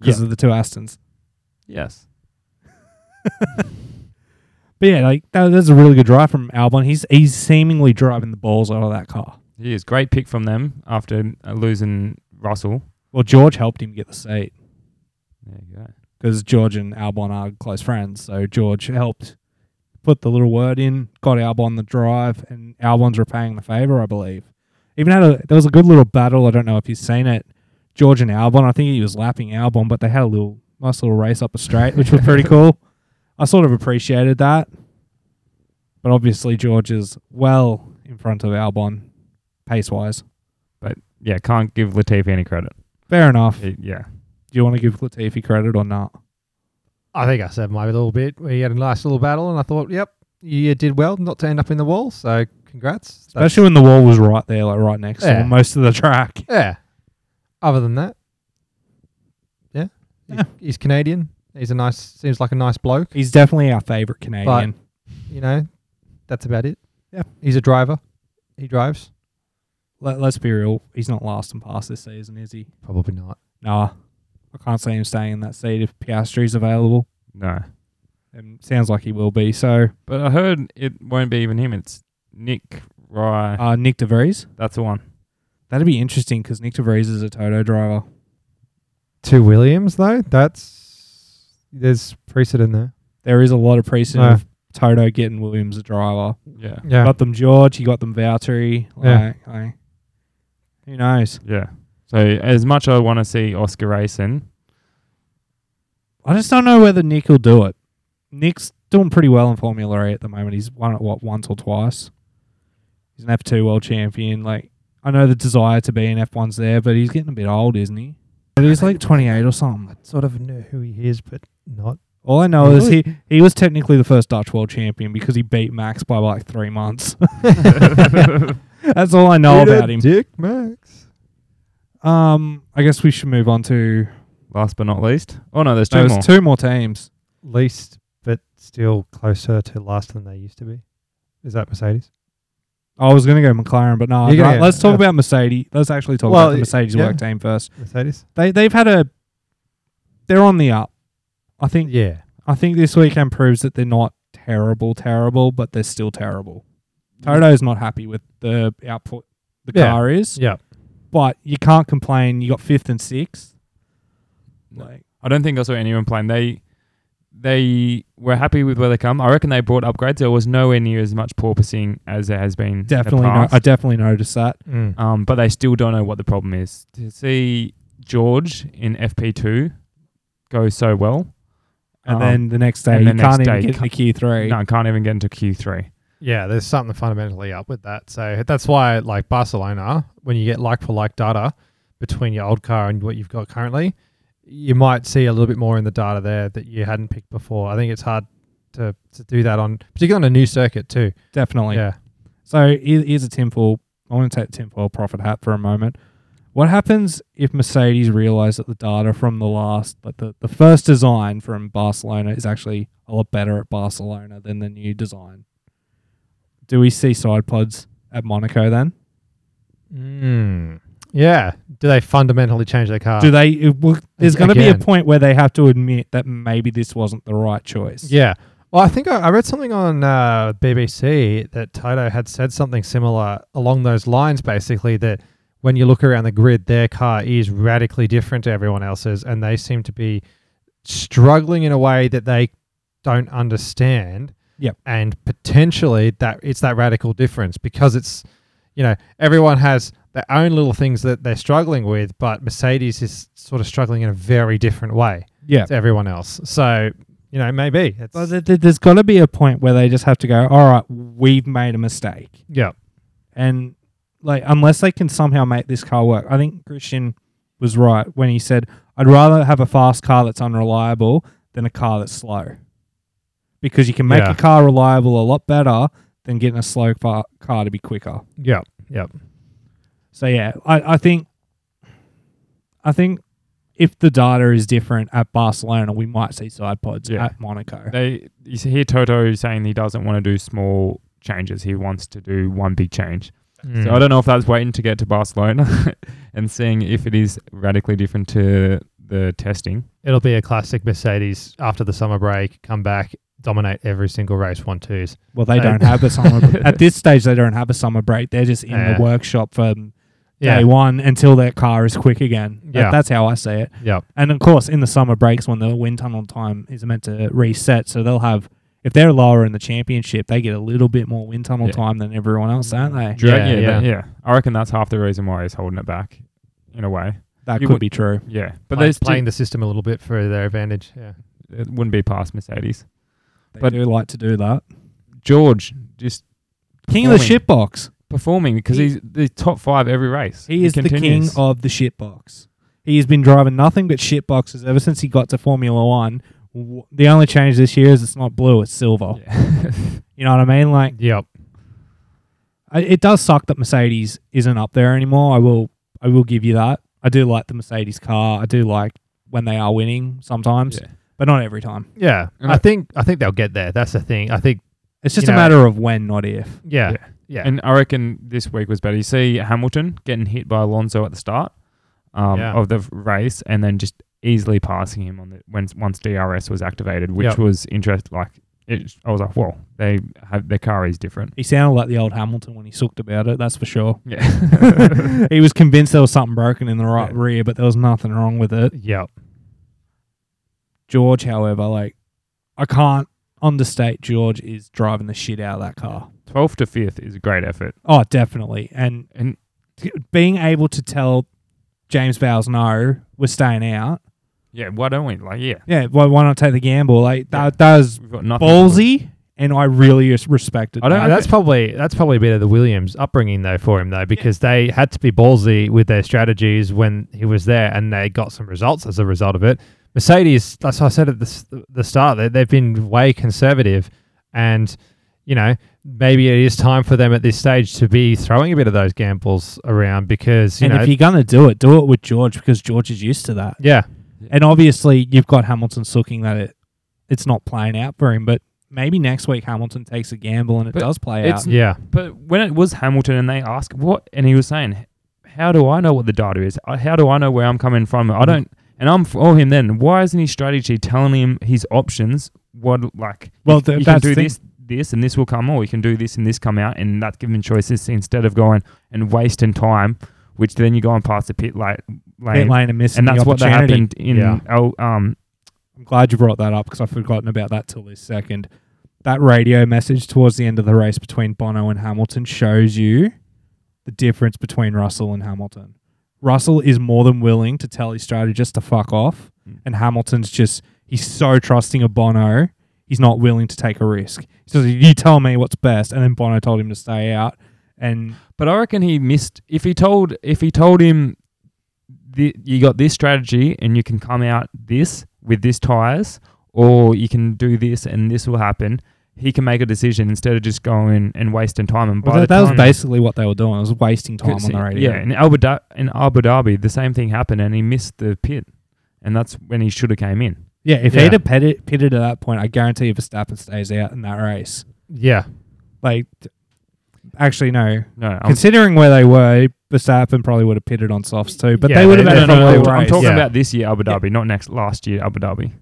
[SPEAKER 1] because
[SPEAKER 2] Yeah.
[SPEAKER 1] of the two Astons.
[SPEAKER 2] yes.
[SPEAKER 1] But yeah, like that, that's a really good drive from Albon. He's he's seemingly driving the balls out of that car.
[SPEAKER 2] He is. Great pick from them after uh, losing Russell.
[SPEAKER 1] Well, George helped him get the seat
[SPEAKER 2] There you go.
[SPEAKER 1] because George and Albon are close friends. So George helped put the little word in, got Albon the drive, and Albon's repaying the favor, I believe. Even had a there was a good little battle. I don't know if you've seen it. George and Albon. I think he was lapping Albon, but they had a little nice little race up a straight, which was pretty cool. I sort of appreciated that. But obviously, George is well in front of Albon pace wise.
[SPEAKER 2] But yeah, can't give Latifi any credit.
[SPEAKER 1] Fair enough.
[SPEAKER 2] It- yeah.
[SPEAKER 1] Do you want to give Latifi credit or not?
[SPEAKER 3] I think I said my little bit. We had a nice little battle, and I thought, "Yep, you did well not to end up in the wall." So, congrats. That's-
[SPEAKER 1] Especially when the wall was right there, like right next to
[SPEAKER 3] Yeah.
[SPEAKER 1] him, most of the track.
[SPEAKER 3] yeah. Other than that, yeah, He's-
[SPEAKER 1] Yeah.
[SPEAKER 3] he's Canadian. He's a nice. Seems like a nice bloke.
[SPEAKER 1] He's definitely our favorite Canadian.
[SPEAKER 3] you know, that's about it.
[SPEAKER 1] Yeah.
[SPEAKER 3] He's a driver. He drives.
[SPEAKER 1] Let, let's be real. He's not last and past this season, is he?
[SPEAKER 3] Probably not.
[SPEAKER 1] Nah. I can't see him staying in that seat if Piastri's available.
[SPEAKER 2] No.
[SPEAKER 1] And sounds like he will be. So,
[SPEAKER 2] But I heard it won't be even him. It's Nick Rye.
[SPEAKER 1] uh, Nick DeVries.
[SPEAKER 2] That's the one.
[SPEAKER 1] That'd be interesting because Nick DeVries is a Toto driver.
[SPEAKER 3] To Williams though, that's there's precedent there.
[SPEAKER 1] There is a lot of precedent
[SPEAKER 3] Yeah.
[SPEAKER 1] of Toto getting Williams a driver.
[SPEAKER 2] Yeah.
[SPEAKER 3] Yeah.
[SPEAKER 1] Got them George. He got them Valtteri.
[SPEAKER 3] Yeah.
[SPEAKER 1] Like, like, who knows?
[SPEAKER 2] Yeah. So as much I want to see
[SPEAKER 1] [laughs]
[SPEAKER 2] Oscar racing,
[SPEAKER 1] I just don't know whether Nick will do it. Nick's doing pretty well in Formula E at the moment. He's won it what once or twice. He's an F two world champion. Like I know the desire to be an F one's there, but he's getting a bit old, isn't he? But he's like twenty eight or something.
[SPEAKER 3] sort of know who he is, but not.
[SPEAKER 1] All I
[SPEAKER 3] Oh,
[SPEAKER 1] know is he he was technically the first Dutch world champion because he beat Max by like three months. [laughs] That's all I know about him.
[SPEAKER 3] Dick Max.
[SPEAKER 1] Um, I guess we should move on to
[SPEAKER 2] last but not least. Oh no, there's two
[SPEAKER 1] there's
[SPEAKER 2] more.
[SPEAKER 1] two more teams.
[SPEAKER 3] Least, but still closer to last than they used to be. Is that Mercedes?
[SPEAKER 1] I was going to go McLaren, but no.
[SPEAKER 3] You're gonna
[SPEAKER 1] right,
[SPEAKER 3] go-
[SPEAKER 1] let's talk
[SPEAKER 3] yeah.
[SPEAKER 1] about Mercedes. Let's actually talk
[SPEAKER 3] Well,
[SPEAKER 1] about the
[SPEAKER 3] y-
[SPEAKER 1] Mercedes
[SPEAKER 3] yeah.
[SPEAKER 1] work team first.
[SPEAKER 3] Mercedes.
[SPEAKER 1] They they've had a they're on the up. I think
[SPEAKER 3] Yeah.
[SPEAKER 1] I think this weekend proves that they're not terrible, terrible, but they're still terrible. Toto's not happy with the output the
[SPEAKER 3] Yeah.
[SPEAKER 1] car is,
[SPEAKER 3] Yeah.
[SPEAKER 1] but you can't complain. You got fifth and sixth.
[SPEAKER 2] No.
[SPEAKER 1] Like
[SPEAKER 2] I don't think I saw anyone playing. They they were happy with where they come. I reckon they brought upgrades. There was nowhere near as much porpoising as there has been. in the
[SPEAKER 1] Definitely, no,
[SPEAKER 2] past.
[SPEAKER 1] I definitely noticed that.
[SPEAKER 3] Mm.
[SPEAKER 2] um, but they still don't know what the problem is. To see George in FP2 go so well,
[SPEAKER 1] And
[SPEAKER 2] um,
[SPEAKER 1] then the next day,
[SPEAKER 2] and
[SPEAKER 1] you
[SPEAKER 2] the
[SPEAKER 1] can't
[SPEAKER 2] next
[SPEAKER 1] even
[SPEAKER 2] day,
[SPEAKER 1] get
[SPEAKER 2] ca-
[SPEAKER 1] into Q three.
[SPEAKER 2] um, no, I can't even get into Q3.
[SPEAKER 3] Yeah, there's something fundamentally up with that. So that's why, like Barcelona, when you get like for like data between your old car and what you've got currently, you might see a little bit more in the data there that you hadn't picked before. I think it's hard to, to do that on, particularly on a new circuit too.
[SPEAKER 1] Definitely.
[SPEAKER 3] yeah.
[SPEAKER 1] So here- here's a tinfoil. I want to take the tinfoil profit hat for a moment. What happens if Mercedes realize that the data from the last, like the, the first design from Barcelona is actually a lot better at Barcelona than the new design? Do we see side pods at Monaco then?
[SPEAKER 3] Mm. Yeah. Do they fundamentally change their car?
[SPEAKER 1] Do they? It, well, there's going to be a
[SPEAKER 3] Uh, Again.
[SPEAKER 1] point where they have to admit that maybe this wasn't the right choice.
[SPEAKER 3] Yeah. Well, I think I, I read something on uh, BBC that Toto had said something similar along those lines, basically, that when you look around the grid, their car is radically different to everyone else's, and they seem to be struggling in a way that they don't understand.
[SPEAKER 1] Yep.
[SPEAKER 3] And potentially that it's that radical difference because it's, you know, everyone has their own little things that they're struggling with, but Mercedes is sort of struggling in a very different way
[SPEAKER 1] Yeah.
[SPEAKER 3] to everyone else. So, you know, maybe. It's,
[SPEAKER 1] But there- there- there's got to be a point where they just have to go, all right, we've made a mistake.
[SPEAKER 3] yeah.
[SPEAKER 1] and like unless they can somehow make this car work i think christian was right when he said i'd rather have a fast car that's unreliable than a car that's slow because you can make
[SPEAKER 3] Yeah.
[SPEAKER 1] a car reliable a lot better than getting a slow fa- car to be quicker
[SPEAKER 3] Yeah.
[SPEAKER 1] so yeah I, I think i think if the data is different at barcelona we might see side pods
[SPEAKER 2] Yeah.
[SPEAKER 1] at monaco
[SPEAKER 2] They you see- hear Toto saying he doesn't want to do small changes. He wants to do one big change.
[SPEAKER 1] Hmm.
[SPEAKER 2] So I don't know if that's waiting to get to Barcelona [laughs] and seeing if it is radically different to the testing.
[SPEAKER 3] It'll be a classic Mercedes after the summer break, come back, dominate every single race, one twos.
[SPEAKER 1] well they
[SPEAKER 3] They-
[SPEAKER 1] don't have a
[SPEAKER 3] [laughs]
[SPEAKER 1] summer at this stage they don't have a summer break they're just in
[SPEAKER 3] Yeah.
[SPEAKER 1] the workshop for
[SPEAKER 3] Yeah.
[SPEAKER 1] day one until their car is quick again. That-
[SPEAKER 3] Yeah.
[SPEAKER 1] that's how I see it.
[SPEAKER 3] Yeah.
[SPEAKER 1] And of course, in the summer breaks when the wind tunnel time is meant to reset, so they'll have if they're lower in the championship, they get a little bit more wind tunnel
[SPEAKER 2] Yeah.
[SPEAKER 1] time than everyone else, don't they?
[SPEAKER 2] Do you reckon-
[SPEAKER 3] Yeah,
[SPEAKER 2] yeah,
[SPEAKER 3] yeah.
[SPEAKER 2] that- yeah. I reckon that's half the reason why he's holding it back, in a way.
[SPEAKER 1] That
[SPEAKER 2] You
[SPEAKER 1] could
[SPEAKER 2] would-
[SPEAKER 1] be true.
[SPEAKER 2] Yeah, but
[SPEAKER 3] But
[SPEAKER 2] they
[SPEAKER 3] they're
[SPEAKER 2] still-
[SPEAKER 3] playing the system a little bit for their advantage. Yeah.
[SPEAKER 2] it wouldn't be past Mercedes.
[SPEAKER 1] They
[SPEAKER 2] But-
[SPEAKER 1] do like to do that.
[SPEAKER 2] George just
[SPEAKER 1] King of the
[SPEAKER 2] performing-
[SPEAKER 1] shit box.
[SPEAKER 2] performing because
[SPEAKER 1] He-
[SPEAKER 2] he's the top five every race.
[SPEAKER 1] He is the king
[SPEAKER 2] continues.
[SPEAKER 1] of the shit box. He has been driving nothing but shit boxes ever since he got to Formula One. W- The only change this year is it's not blue, it's silver.
[SPEAKER 2] [laughs] Yeah.
[SPEAKER 1] You know what I mean? Like
[SPEAKER 3] Yep.
[SPEAKER 1] I, it does suck that Mercedes isn't up there anymore. I will I will give you that. I do like the Mercedes car. I do like when they are winning sometimes,
[SPEAKER 2] Yeah.
[SPEAKER 1] but not every time.
[SPEAKER 3] Yeah.
[SPEAKER 2] And
[SPEAKER 3] I
[SPEAKER 2] I-
[SPEAKER 3] think I think they'll get there. That's the thing. I think
[SPEAKER 1] It's just
[SPEAKER 3] You
[SPEAKER 1] a
[SPEAKER 3] know-
[SPEAKER 1] matter of when, not if.
[SPEAKER 3] yeah.
[SPEAKER 2] Yeah.
[SPEAKER 3] Yeah.
[SPEAKER 2] And I reckon this week was better. You see Hamilton getting hit by Alonso at the start um,
[SPEAKER 3] Yeah.
[SPEAKER 2] of the f- race, and then just easily passing him on the when once DRS was activated, which
[SPEAKER 3] Yep.
[SPEAKER 2] was interesting. Like it, I was like, whoa, they have their car is different.
[SPEAKER 1] He sounded like the old Hamilton when he sucked about it, that's for sure.
[SPEAKER 2] Yeah,
[SPEAKER 3] [laughs]
[SPEAKER 2] [laughs]
[SPEAKER 1] he was convinced there was something broken in the right
[SPEAKER 2] Yeah.
[SPEAKER 1] rear, but there was nothing wrong with it.
[SPEAKER 3] Yep.
[SPEAKER 1] George, however, like I can't understate George is driving the shit out of that car.
[SPEAKER 2] twelfth to fifth is a great effort,
[SPEAKER 1] Oh, definitely. And
[SPEAKER 2] and
[SPEAKER 1] t- being able to tell James Bowles no, we're staying out.
[SPEAKER 2] yeah, why don't we? Like, yeah,
[SPEAKER 1] Yeah, why, why not take the gamble? Like that,
[SPEAKER 2] Yeah.
[SPEAKER 1] that was
[SPEAKER 2] we've got nothing. to lose.
[SPEAKER 1] ballsy, and I really res- respected.
[SPEAKER 2] I don't-
[SPEAKER 1] that.
[SPEAKER 3] Uh, that's probably that's probably a bit of the Williams upbringing though for him though because they had to be ballsy with their strategies when he was there and they got some results as a result of it. Mercedes, that's what I said at the, s- the start, they, they've been way conservative, and you know maybe it is time for them at this stage to be throwing a bit of those gambles around because you
[SPEAKER 1] and
[SPEAKER 3] know
[SPEAKER 1] if you're gonna do it, do it with George because George is used to that.
[SPEAKER 3] yeah
[SPEAKER 1] And obviously, you've got Hamilton sucking that it, it's not playing out for him. But maybe next week Hamilton takes a gamble and it
[SPEAKER 2] But
[SPEAKER 1] does play out.
[SPEAKER 2] it's-
[SPEAKER 3] yeah
[SPEAKER 2] But when it was Hamilton and they asked what, and he was saying, "How do I know what the data is? Uh, How do I know where I'm coming from? I don't." And I'm for him. Then why isn't his strategy telling him his options? What like?
[SPEAKER 1] Well,
[SPEAKER 2] you,
[SPEAKER 1] th-
[SPEAKER 2] you can
[SPEAKER 1] that's
[SPEAKER 2] do
[SPEAKER 1] the thing.
[SPEAKER 2] this, this, and this will come, or you can do this and this come out, and that's given choices instead of going and wasting time, which then you go and pass the pit late, lane,
[SPEAKER 1] Pit lane and missing
[SPEAKER 2] and that's
[SPEAKER 1] the
[SPEAKER 2] what that
[SPEAKER 1] opportunity.
[SPEAKER 2] happened in
[SPEAKER 3] Yeah.
[SPEAKER 2] L, um
[SPEAKER 1] I'm glad you brought that up because I've forgotten about that till this second. That radio message towards the end of the race between Bono and Hamilton shows you the difference between Russell and Hamilton. Russell is more than willing to tell his strategist to fuck off,
[SPEAKER 2] Mm.
[SPEAKER 1] and Hamilton's just he's so trusting of Bono, he's not willing to take a risk. He says, "You tell me what's best," and then Bono told him to stay out, and
[SPEAKER 2] But I reckon he missed if he told if he told him the, you got this strategy and you can come out this with this tires or you can do this and this will happen. He can make a decision instead of just going and wasting time. And
[SPEAKER 1] that,
[SPEAKER 2] by the
[SPEAKER 1] that was
[SPEAKER 2] time,
[SPEAKER 1] basically what they were doing. It was wasting time on the radio.
[SPEAKER 2] Yeah, in Abu, Dha- in Abu Dhabi, the same thing happened, and he missed the pit, and that's when he should have came in.
[SPEAKER 1] Yeah, if
[SPEAKER 3] Yeah.
[SPEAKER 1] he'd have pitted, pitted at that point, I guarantee if Verstappen stays out in that race,
[SPEAKER 3] Yeah.
[SPEAKER 1] like, t- actually, no.
[SPEAKER 2] No, I'm,
[SPEAKER 1] Considering where they were, Verstappen probably would have pitted on softs too, but
[SPEAKER 3] Yeah,
[SPEAKER 1] they would have
[SPEAKER 3] they
[SPEAKER 1] had a
[SPEAKER 3] definitely
[SPEAKER 1] no,
[SPEAKER 3] would've.
[SPEAKER 2] I'm
[SPEAKER 1] race.
[SPEAKER 2] talking
[SPEAKER 3] Yeah.
[SPEAKER 2] about this year Abu
[SPEAKER 1] Yeah.
[SPEAKER 2] Dhabi, not next last year Abu Dhabi.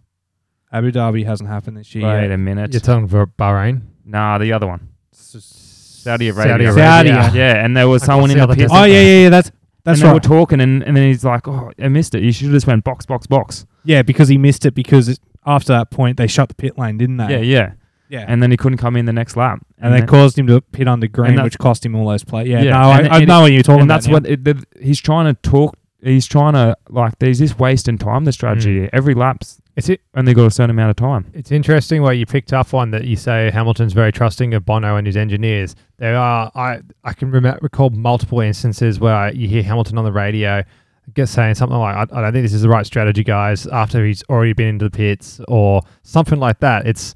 [SPEAKER 1] Abu Dhabi hasn't hahpened this year.
[SPEAKER 2] Wait
[SPEAKER 1] yet.
[SPEAKER 2] a minute.
[SPEAKER 3] You're talking for Bahrain?
[SPEAKER 2] nah, the other one, Saudi Arabia.
[SPEAKER 3] Saudi Arabia.
[SPEAKER 1] Saudi,
[SPEAKER 3] Yeah.
[SPEAKER 2] Yeah, and there was
[SPEAKER 3] Like,
[SPEAKER 2] someone
[SPEAKER 3] what's
[SPEAKER 2] in
[SPEAKER 3] the
[SPEAKER 2] the,
[SPEAKER 3] other
[SPEAKER 2] pit.
[SPEAKER 3] desert?
[SPEAKER 1] Oh yeah, yeah, yeah. That's
[SPEAKER 2] and
[SPEAKER 1] that's
[SPEAKER 2] they
[SPEAKER 1] right.
[SPEAKER 2] were talking, and, and then he's like, "Oh, I missed it. You should have just went box, box, box."
[SPEAKER 1] yeah, because he missed it because it, after that point they shut the pit lane, didn't they?
[SPEAKER 2] Yeah, yeah.
[SPEAKER 1] yeah. And,
[SPEAKER 2] And then he couldn't come in the next lap,
[SPEAKER 1] they
[SPEAKER 2] then-
[SPEAKER 1] caused him to pit under green,
[SPEAKER 2] that's-
[SPEAKER 1] which cost him all those plays. Yeah,
[SPEAKER 2] Yeah,
[SPEAKER 1] no,
[SPEAKER 2] and-
[SPEAKER 1] I, I
[SPEAKER 2] and
[SPEAKER 1] know what you're talking
[SPEAKER 2] and
[SPEAKER 1] about.
[SPEAKER 2] that's what it, the, he's trying to talk. He's trying to like. There's this wasting time. The strategy
[SPEAKER 1] Mm.
[SPEAKER 2] every lap's
[SPEAKER 3] It's it.
[SPEAKER 2] only got a certain amount of time.
[SPEAKER 3] It's interesting where you picked up on that you say Hamilton's very trusting of Bono and his engineers. There are I I can rem- recall multiple instances where you hear Hamilton on the radio get saying something like I, I don't think this is the right strategy, guys. After he's already been into the pits or something like that. It's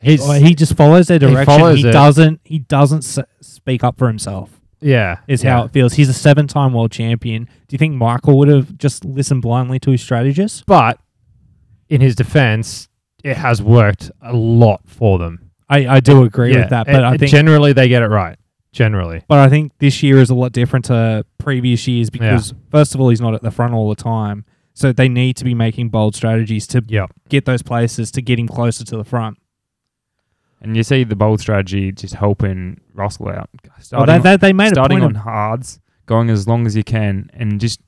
[SPEAKER 3] he's
[SPEAKER 1] Well, he just follows their direction. He,
[SPEAKER 3] follows it.
[SPEAKER 1] doesn't. He doesn't s- speak up for himself.
[SPEAKER 3] yeah
[SPEAKER 1] Is
[SPEAKER 3] yeah.
[SPEAKER 1] how it feels. He's a seven-time world champion. Do you think Michael would have just listened blindly to his strategist?
[SPEAKER 3] But in his defense, it has worked a lot for them.
[SPEAKER 1] I, I do agree
[SPEAKER 3] Yeah,
[SPEAKER 1] with that,
[SPEAKER 3] it-
[SPEAKER 1] but I
[SPEAKER 3] it
[SPEAKER 1] think
[SPEAKER 3] generally they get it right. Generally,
[SPEAKER 1] but I think this year is a lot different to previous years because first of all, he's not at the front all the time, so they need to be making bold strategies to
[SPEAKER 3] yeah.
[SPEAKER 1] get those places to get him closer to the front.
[SPEAKER 2] And you see the bold strategy just helping Russell out.
[SPEAKER 1] Well,
[SPEAKER 2] Starting,
[SPEAKER 1] they, they, they made a
[SPEAKER 2] starting
[SPEAKER 1] point
[SPEAKER 2] on
[SPEAKER 1] of
[SPEAKER 2] hards, going as long as you can, and just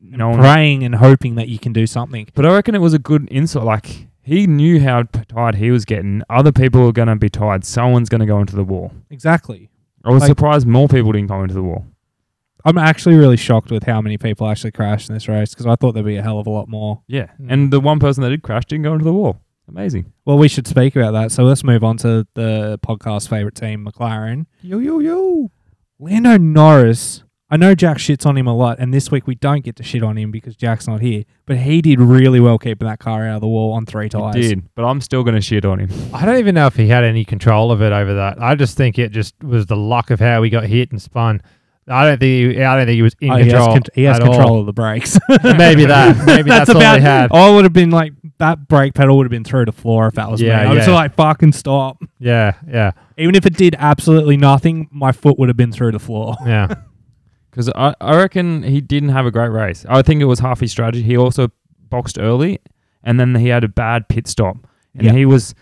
[SPEAKER 2] knowing.
[SPEAKER 1] praying and hoping that you can do something.
[SPEAKER 2] But I reckon it was a good insight. Like he knew how p- tired he was getting. Other people are going to be tired. Someone's going to go into the wall.
[SPEAKER 1] Exactly.
[SPEAKER 2] I was
[SPEAKER 1] Like-
[SPEAKER 2] surprised more people didn't go into the wall.
[SPEAKER 1] I'm actually really shocked with how many people actually crashed in this race because I thought there'd be a hell of a lot more.
[SPEAKER 2] Yeah, and the one person that did crash didn't go into the wall. Amazing.
[SPEAKER 1] Well, we should speak about that. So let's move on to the podcast favorite team, McLaren.
[SPEAKER 3] Yo yo yo.
[SPEAKER 1] Lando Norris. I know Jack shits on him a lot, and this week we don't get to shit on him because Jack's not here. But he did really well keeping that car out of the wall on three
[SPEAKER 2] He
[SPEAKER 1] tires.
[SPEAKER 2] did, but I'm still going to shit on him.
[SPEAKER 3] I don't even know if he had any control of it over that. I just think it just was the luck of how he got hit and spun. I don't think he, I don't think he was in
[SPEAKER 1] Oh, he has,
[SPEAKER 3] control.
[SPEAKER 1] con- he has
[SPEAKER 3] at
[SPEAKER 1] control
[SPEAKER 3] all.
[SPEAKER 1] of the brakes.
[SPEAKER 3] [laughs]
[SPEAKER 1] [laughs]
[SPEAKER 3] maybe that. Maybe that's, all
[SPEAKER 1] about.
[SPEAKER 3] he had.
[SPEAKER 1] I would have been like that brake pedal would have been through the floor if that was
[SPEAKER 3] Yeah,
[SPEAKER 1] me. I was
[SPEAKER 3] yeah.
[SPEAKER 1] just like fucking stop.
[SPEAKER 3] Yeah, yeah,
[SPEAKER 1] Even if it did absolutely nothing, my foot would have been through the floor.
[SPEAKER 3] yeah.
[SPEAKER 2] Because I, I reckon he didn't have a great race. I think it was half his strategy. He also boxed early, and then he had a bad pit stop, and
[SPEAKER 1] Yeah.
[SPEAKER 2] he was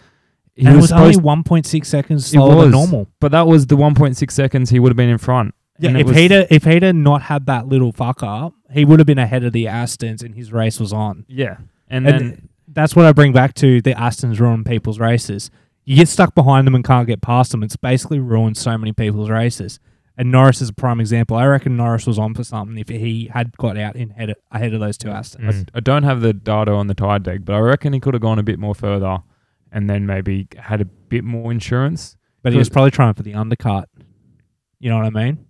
[SPEAKER 2] he
[SPEAKER 1] and it
[SPEAKER 2] was,
[SPEAKER 1] was only
[SPEAKER 2] supposed,
[SPEAKER 1] 1.6 seconds
[SPEAKER 2] It
[SPEAKER 1] slower than
[SPEAKER 2] was.
[SPEAKER 1] normal.
[SPEAKER 2] but that was the 1.6 seconds he would have been in front.
[SPEAKER 1] Yeah,
[SPEAKER 2] And it
[SPEAKER 1] if
[SPEAKER 2] was-
[SPEAKER 1] he'd a- if he'd a not had that little fuck up, he would have been ahead of the Astons, and his race was on.
[SPEAKER 2] yeah,
[SPEAKER 1] And
[SPEAKER 2] and, then
[SPEAKER 1] that's what I bring back to the Astons ruin people's races. You get stuck behind them and can't get past them. It's basically ruined so many people's races. And Norris is a prime example. I reckon Norris was on for something if he had got out in head ahead of those two Astons.
[SPEAKER 3] Mm.
[SPEAKER 2] I don't have the data on the tire deck, but I reckon he could have gone a bit more further, and then maybe had a bit more insurance.
[SPEAKER 1] But he was probably trying for the undercut. You know what I mean?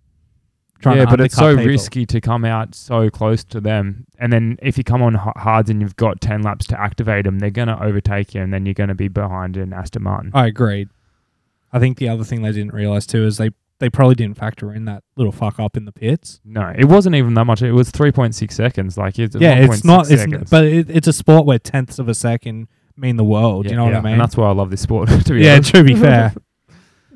[SPEAKER 2] yeah, but
[SPEAKER 1] undercut
[SPEAKER 2] it's so
[SPEAKER 1] people.
[SPEAKER 2] risky to come out so close to them, and then if you come on h- hards and you've got 10 laps to activate them, they're going to overtake you, and then you're going to be behind an Aston Martin.
[SPEAKER 1] I agreed. I think the other thing they didn't realize too is they they probably didn't factor in that little fuck up in the pits.
[SPEAKER 2] No, it wasn't even that much. It was 3.6 seconds. Like it's
[SPEAKER 1] yeah, it's
[SPEAKER 2] 1.6
[SPEAKER 1] not. It's,
[SPEAKER 2] seconds.
[SPEAKER 1] n- but it, it's a sport where tenths of a second mean the world. you know
[SPEAKER 2] yeah,
[SPEAKER 1] what I
[SPEAKER 2] And
[SPEAKER 1] mean?
[SPEAKER 2] that's why I love this sport. [laughs] to be
[SPEAKER 1] [laughs] Yeah,
[SPEAKER 2] honest.
[SPEAKER 1] to be fair.
[SPEAKER 3] [laughs]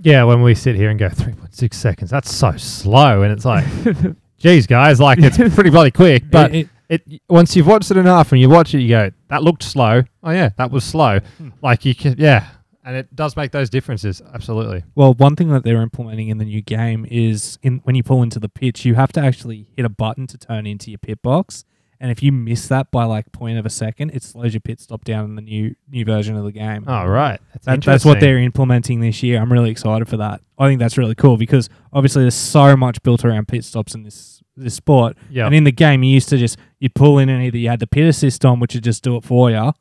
[SPEAKER 3] Yeah, when we sit here and go 3.6 seconds, that's so slow. And it's like,
[SPEAKER 1] [laughs]
[SPEAKER 3] geez, guys, like it's pretty bloody quick. But
[SPEAKER 1] It- it-
[SPEAKER 3] it, once you've watched it enough and you watch it, you go, that looked slow. Oh, yeah, that was slow.
[SPEAKER 1] Hmm.
[SPEAKER 3] Like you can, yeah. And it does make those differences. Absolutely.
[SPEAKER 1] well, one thing that they're implementing in the new game is in when you pull into the pitch, you have to actually hit a button to turn into your pit box, And if you miss that by like point of a second, it slows your pit stop down in the new new version of the game.
[SPEAKER 3] Oh, right. That's,
[SPEAKER 1] That, that's what
[SPEAKER 3] interesting.
[SPEAKER 1] they're implementing this year. I'm really excited for that. I think that's really cool because obviously there's so much built around pit stops in this this sport.
[SPEAKER 3] Yeah.
[SPEAKER 1] And in the game, you used to just you'd pull in and either you had the pit assist on, which would just do it for you,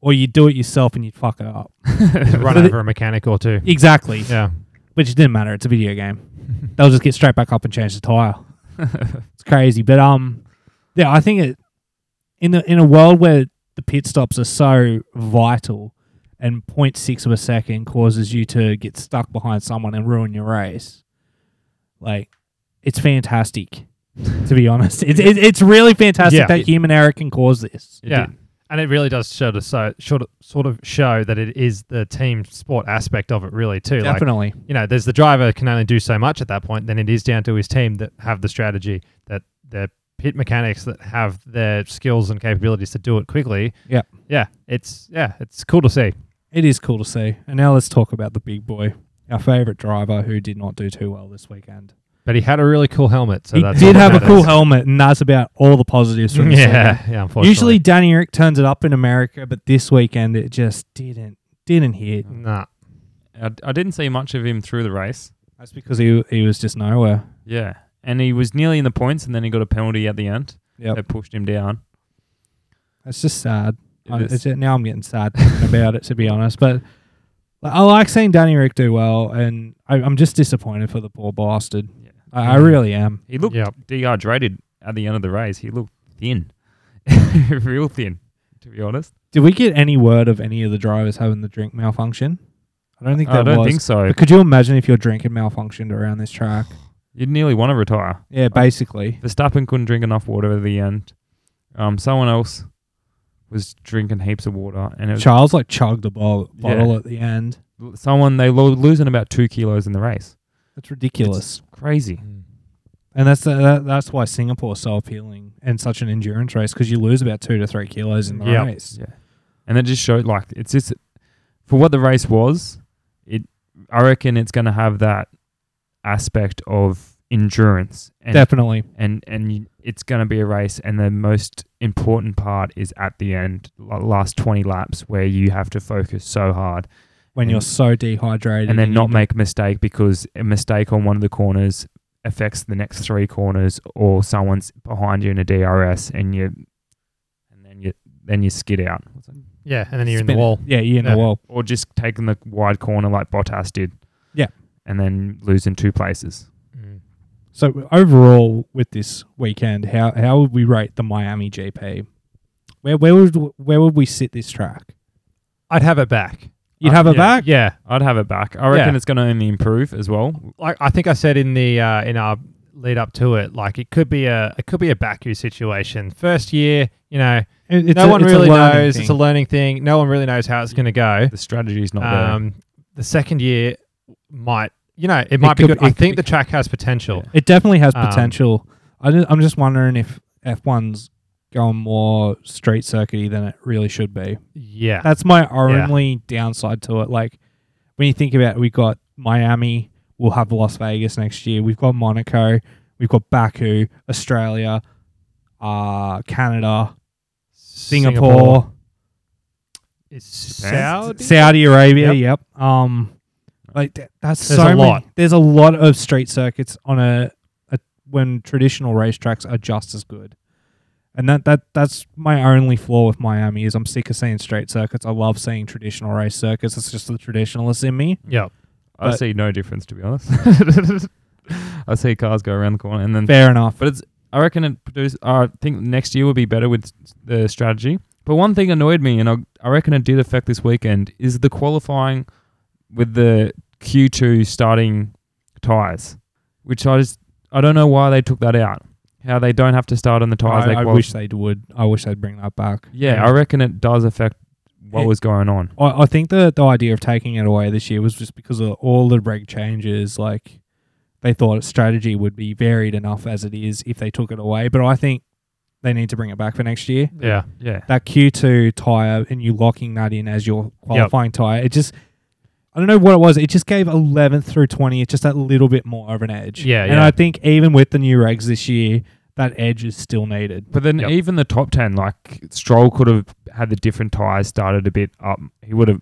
[SPEAKER 1] or you'd do it yourself and you'd fuck it up.
[SPEAKER 3] Run
[SPEAKER 1] so the-
[SPEAKER 3] over a mechanic or two.
[SPEAKER 1] Exactly.
[SPEAKER 3] Yeah.
[SPEAKER 1] Which didn't matter. It's a video game. They'll just get straight back up and change the tire. it's crazy, but um, yeah, I think it in the in a world where the pit stops are so vital, and 0.6 of a second causes you to get stuck behind someone and ruin your race. Like, it's fantastic. to be honest, it's it, it's really fantastic
[SPEAKER 3] Yeah.
[SPEAKER 1] that human error can cause this.
[SPEAKER 2] It
[SPEAKER 3] yeah.
[SPEAKER 2] did.
[SPEAKER 3] And it really does sort of so sort of sort of show that it is the team sport aspect of it really too. Like
[SPEAKER 1] Definitely.
[SPEAKER 3] you know, there's the driver can only do so much at that point. Then it is down to his team that have the strategy, that their pit mechanics that have their skills and capabilities to do it quickly.
[SPEAKER 1] Yeah.
[SPEAKER 3] Yeah. It's yeah, it's cool to see.
[SPEAKER 1] It is cool to see. And now let's talk about the big boy, our favorite driver who did not do too well this weekend.
[SPEAKER 3] But he had a really cool helmet, so
[SPEAKER 1] he
[SPEAKER 3] that's all
[SPEAKER 1] did
[SPEAKER 3] that
[SPEAKER 1] have a cool
[SPEAKER 3] [laughs] matters.
[SPEAKER 1] helmet, and that's about all the positives
[SPEAKER 3] [laughs]
[SPEAKER 1] from this weekend.
[SPEAKER 3] Yeah, yeah, unfortunately.
[SPEAKER 1] Usually Danny Eric turns it up in America, but this weekend it just didn't didn't hit.
[SPEAKER 3] Nah.
[SPEAKER 2] I, I didn't see much of him through the race.
[SPEAKER 1] That's because he he was just nowhere.
[SPEAKER 2] Yeah. And he was nearly in the points and then he got a penalty at the end
[SPEAKER 1] Yep.
[SPEAKER 2] that pushed him down.
[SPEAKER 1] That's just sad.
[SPEAKER 2] It
[SPEAKER 1] I-
[SPEAKER 2] is-
[SPEAKER 1] it's- now I'm getting sad thinking about it, to be honest. But like, I like seeing Danny Rick do well, and I, I'm just disappointed for the poor bastard.
[SPEAKER 2] Yeah.
[SPEAKER 1] I, I really am.
[SPEAKER 2] He looked
[SPEAKER 3] Yep.
[SPEAKER 2] dehydrated at the end of the race. He looked thin, [laughs] real thin, to be honest.
[SPEAKER 1] Did we get any word of any of the drivers having the drink malfunction? I don't think
[SPEAKER 2] Oh, I
[SPEAKER 1] that
[SPEAKER 2] don't
[SPEAKER 1] was.
[SPEAKER 2] think so.
[SPEAKER 1] But could you imagine if your drink had malfunctioned around this track?
[SPEAKER 2] You'd nearly want to retire.
[SPEAKER 1] Yeah, basically.
[SPEAKER 2] Verstappen couldn't drink enough water at the end. Um, someone else was drinking heaps of water, and it was
[SPEAKER 1] Charles like chugged the bo-
[SPEAKER 2] Yeah.
[SPEAKER 1] bottle at the end.
[SPEAKER 2] someone they lo- losing about two kilos in the race.
[SPEAKER 1] That's ridiculous.
[SPEAKER 2] Crazy.
[SPEAKER 1] and that's the, that, that's why Singapore's so appealing and such an endurance race because you lose about two to three kilos in the
[SPEAKER 3] Yep.
[SPEAKER 1] race.
[SPEAKER 2] Yeah, and it just showed like it's just for what the race was. It, I reckon, it's going to have that aspect of endurance and
[SPEAKER 1] Definitely.
[SPEAKER 2] and and you, it's going to be a race and the most important part is at the end la- last 20 laps where you have to focus so hard
[SPEAKER 1] When
[SPEAKER 2] And-
[SPEAKER 1] you're so dehydrated,
[SPEAKER 2] and then
[SPEAKER 1] you-
[SPEAKER 2] not make a mistake because a mistake on one of the corners affects the next three corners or someone's behind you in a DRS and you and then you then you skid out
[SPEAKER 3] Yeah, and then you're
[SPEAKER 1] Spin
[SPEAKER 3] in the
[SPEAKER 1] it.
[SPEAKER 3] wall.
[SPEAKER 1] Yeah, you're in
[SPEAKER 3] Yeah.
[SPEAKER 1] the wall.
[SPEAKER 2] or just taking the wide corner like Bottas did
[SPEAKER 1] Yeah.
[SPEAKER 2] and then losing two places
[SPEAKER 3] Mm.
[SPEAKER 1] So overall, with this weekend, how how would we rate the Miami GP? Where where would where would we sit this track?
[SPEAKER 3] I'd have it back.
[SPEAKER 1] You'd
[SPEAKER 2] Uh,
[SPEAKER 1] have it
[SPEAKER 2] yeah.
[SPEAKER 1] back.
[SPEAKER 3] Yeah.
[SPEAKER 2] I'd have it back I reckon
[SPEAKER 3] Yeah.
[SPEAKER 2] it's going to only improve as well
[SPEAKER 3] like I think I said in the uh, in our lead up to it, like it could be a it could be a Baku situation. First year, you know,
[SPEAKER 1] It- it's
[SPEAKER 3] no
[SPEAKER 1] a-
[SPEAKER 3] one
[SPEAKER 1] it's a
[SPEAKER 3] really
[SPEAKER 1] learning
[SPEAKER 3] knows. It's a
[SPEAKER 1] thing.
[SPEAKER 3] learning thing. No one really knows how it's going to go.
[SPEAKER 2] the strategy's not there
[SPEAKER 3] Um, the second year might, you know, it might be
[SPEAKER 1] could-
[SPEAKER 3] good. I
[SPEAKER 1] it
[SPEAKER 3] think
[SPEAKER 1] could-
[SPEAKER 3] the track has potential.
[SPEAKER 1] It definitely has
[SPEAKER 3] Um,
[SPEAKER 1] potential. I just, I'm just wondering if F1's going more street circuity than it really should be.
[SPEAKER 3] Yeah,
[SPEAKER 1] That's my only downside to it. Like when you think about, it, we've got Miami, we'll have Las Vegas next year. We've got Monaco, we've got Baku, Australia, uh, Canada, Singapore,
[SPEAKER 3] is
[SPEAKER 2] Japan?
[SPEAKER 3] Saudi.
[SPEAKER 1] Saudi Arabia. Yep. Um, like th- that's
[SPEAKER 3] There's
[SPEAKER 1] so
[SPEAKER 3] a
[SPEAKER 1] many-
[SPEAKER 3] lot.
[SPEAKER 1] There's a lot of street circuits on a, a when traditional racetracks are just as good. And that, that that's my only flaw with Miami is I'm sick of seeing straight circuits. I love seeing traditional race circuits. It's just the traditionalists in me.
[SPEAKER 3] Yep.
[SPEAKER 2] I
[SPEAKER 1] But-
[SPEAKER 2] see no difference to be honest.
[SPEAKER 1] [laughs]
[SPEAKER 2] I see cars go around the corner and then
[SPEAKER 1] Fair enough.
[SPEAKER 2] but it's I reckon it produce I think next year will be better with s- the strategy. But one thing annoyed me and I, I reckon it did affect this weekend is the qualifying with the Q2 starting tires, which I just I don't know why they took that out. How they don't have to start on the tires
[SPEAKER 1] I,
[SPEAKER 2] they
[SPEAKER 1] I
[SPEAKER 2] qualify.
[SPEAKER 1] wish they would. I wish they'd bring that back.
[SPEAKER 2] yeah, I reckon it does affect what
[SPEAKER 1] It-
[SPEAKER 2] was going on.
[SPEAKER 1] I, I think the the idea of taking it away this year was just because of all the reg changes. Like they thought strategy would be varied enough as it is if they took it away. But I think they need to bring it back for next year.
[SPEAKER 3] Yeah,
[SPEAKER 2] Yeah.
[SPEAKER 1] That Q two tire and you locking that in as your qualifying tire. It just I don't know what it was. It just gave 11th through 20th just that little bit more of an edge.
[SPEAKER 3] Yeah,
[SPEAKER 1] And
[SPEAKER 3] yeah.
[SPEAKER 1] I think even with the new regs this year, that edge is still needed.
[SPEAKER 2] But then
[SPEAKER 3] Yep.
[SPEAKER 2] even the top ten, like Stroll could have had the different tires started a bit up. He would have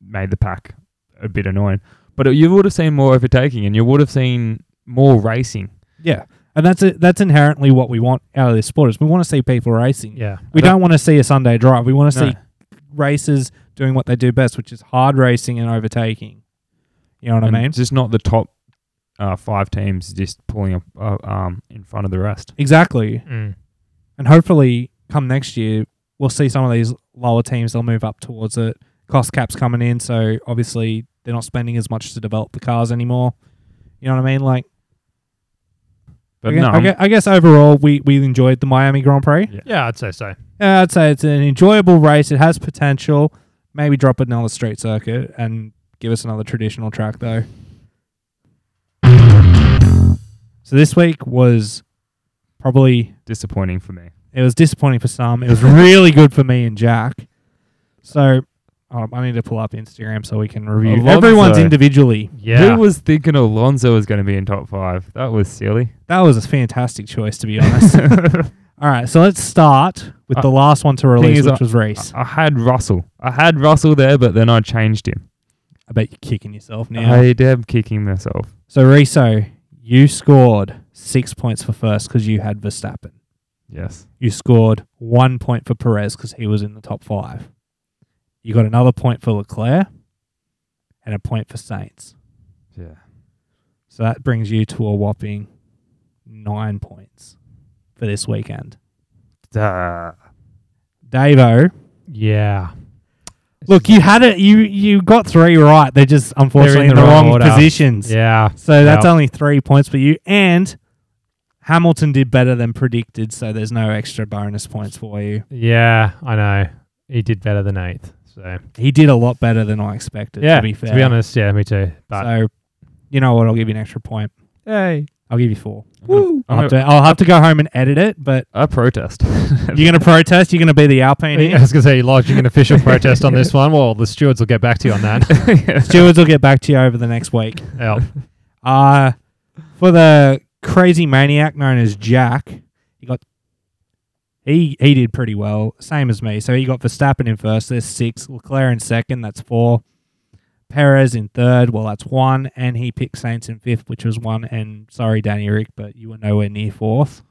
[SPEAKER 2] made the pack a bit annoying. But you would have seen more overtaking, and you would have seen more racing.
[SPEAKER 1] Yeah, and that's it. that's inherently what we want out of this sport is we want to see people racing.
[SPEAKER 3] Yeah.
[SPEAKER 1] We
[SPEAKER 2] That-
[SPEAKER 1] don't want to see a Sunday drive. We want to
[SPEAKER 2] No.
[SPEAKER 1] see racers doing what they do best, which is hard racing and overtaking. You know what
[SPEAKER 2] And
[SPEAKER 1] I mean?
[SPEAKER 2] Just not the top uh, five teams just pulling up uh, um, in front of the rest.
[SPEAKER 1] Exactly.
[SPEAKER 3] Mm.
[SPEAKER 1] And hopefully, come next year, we'll see some of these lower teams. They'll move up towards it. Cost caps coming in, so obviously they're not spending as much to develop the cars anymore. You know what I mean? Like,
[SPEAKER 2] But
[SPEAKER 1] I, guess,
[SPEAKER 2] no,
[SPEAKER 1] I, guess, I guess overall, we we enjoyed the Miami Grand Prix.
[SPEAKER 3] Yeah, I'd say so.
[SPEAKER 1] Yeah, I'd say it's an enjoyable race. It has potential. Maybe drop it another street circuit and give us another traditional track, though. So this week was probably
[SPEAKER 2] disappointing for me.
[SPEAKER 1] it was disappointing for some.
[SPEAKER 2] [laughs]
[SPEAKER 1] It was really good for me and Jack. So um, I need to pull up Instagram so we can review
[SPEAKER 2] Alonso.
[SPEAKER 1] everyone's individually.
[SPEAKER 3] Yeah.
[SPEAKER 2] Who was thinking Alonso was going to be in top five? That was silly.
[SPEAKER 1] That was a fantastic choice, to be
[SPEAKER 2] [laughs]
[SPEAKER 1] honest. All right, so let's start with
[SPEAKER 2] Uh,
[SPEAKER 1] the last one to release,
[SPEAKER 2] is,
[SPEAKER 1] which
[SPEAKER 2] uh,
[SPEAKER 1] was race.
[SPEAKER 2] I had Russell. I had Russell there, but then I changed him.
[SPEAKER 1] I bet you're kicking yourself now.
[SPEAKER 2] I am kicking myself.
[SPEAKER 1] So Riso, you scored six points for first because you had Verstappen.
[SPEAKER 2] Yes.
[SPEAKER 1] You scored one point for Perez because he was in the top five. You got another point for Leclerc and a point for Saints.
[SPEAKER 2] Yeah.
[SPEAKER 1] So that brings you to a whopping nine points for this weekend. Davo,
[SPEAKER 3] Yeah.
[SPEAKER 1] look, you had it. You you got three right. They're just unfortunately in the, wrong,
[SPEAKER 3] order.
[SPEAKER 1] positions.
[SPEAKER 3] Yeah.
[SPEAKER 1] So that's
[SPEAKER 3] Yep.
[SPEAKER 1] only three points for you. And Hamilton did better than predicted, so there's no extra bonus points for you.
[SPEAKER 3] Yeah, I know. He did better than eighth. So
[SPEAKER 1] He did a lot better than I expected,
[SPEAKER 3] yeah,
[SPEAKER 1] to be fair.
[SPEAKER 3] honest, yeah, me too. But
[SPEAKER 1] So, you know what? I'll give you an extra point.
[SPEAKER 2] Hey.
[SPEAKER 1] I'll give you four.
[SPEAKER 2] Woo.
[SPEAKER 1] I'll have, to, I'll have to go home and edit it, but
[SPEAKER 2] I protest. [laughs]
[SPEAKER 1] you're going to protest. You're going to be the
[SPEAKER 3] [laughs]
[SPEAKER 1] Alpine.
[SPEAKER 3] I
[SPEAKER 1] here.
[SPEAKER 3] was gonna say you're lodging an [laughs] official protest on this one. Well, the stewards will get back to you on [laughs] that.
[SPEAKER 1] Stewards will get back to you over the next week.
[SPEAKER 3] Yep.
[SPEAKER 1] Uh, for the crazy maniac known as Jack, he got he he did pretty well, same as me. So he got Verstappen in first. There's six. Leclerc in second. That's four. Perez in third. Well, that's one. And he picked Saints in fifth, which was one. And sorry, Danny Rick, but you were nowhere near fourth.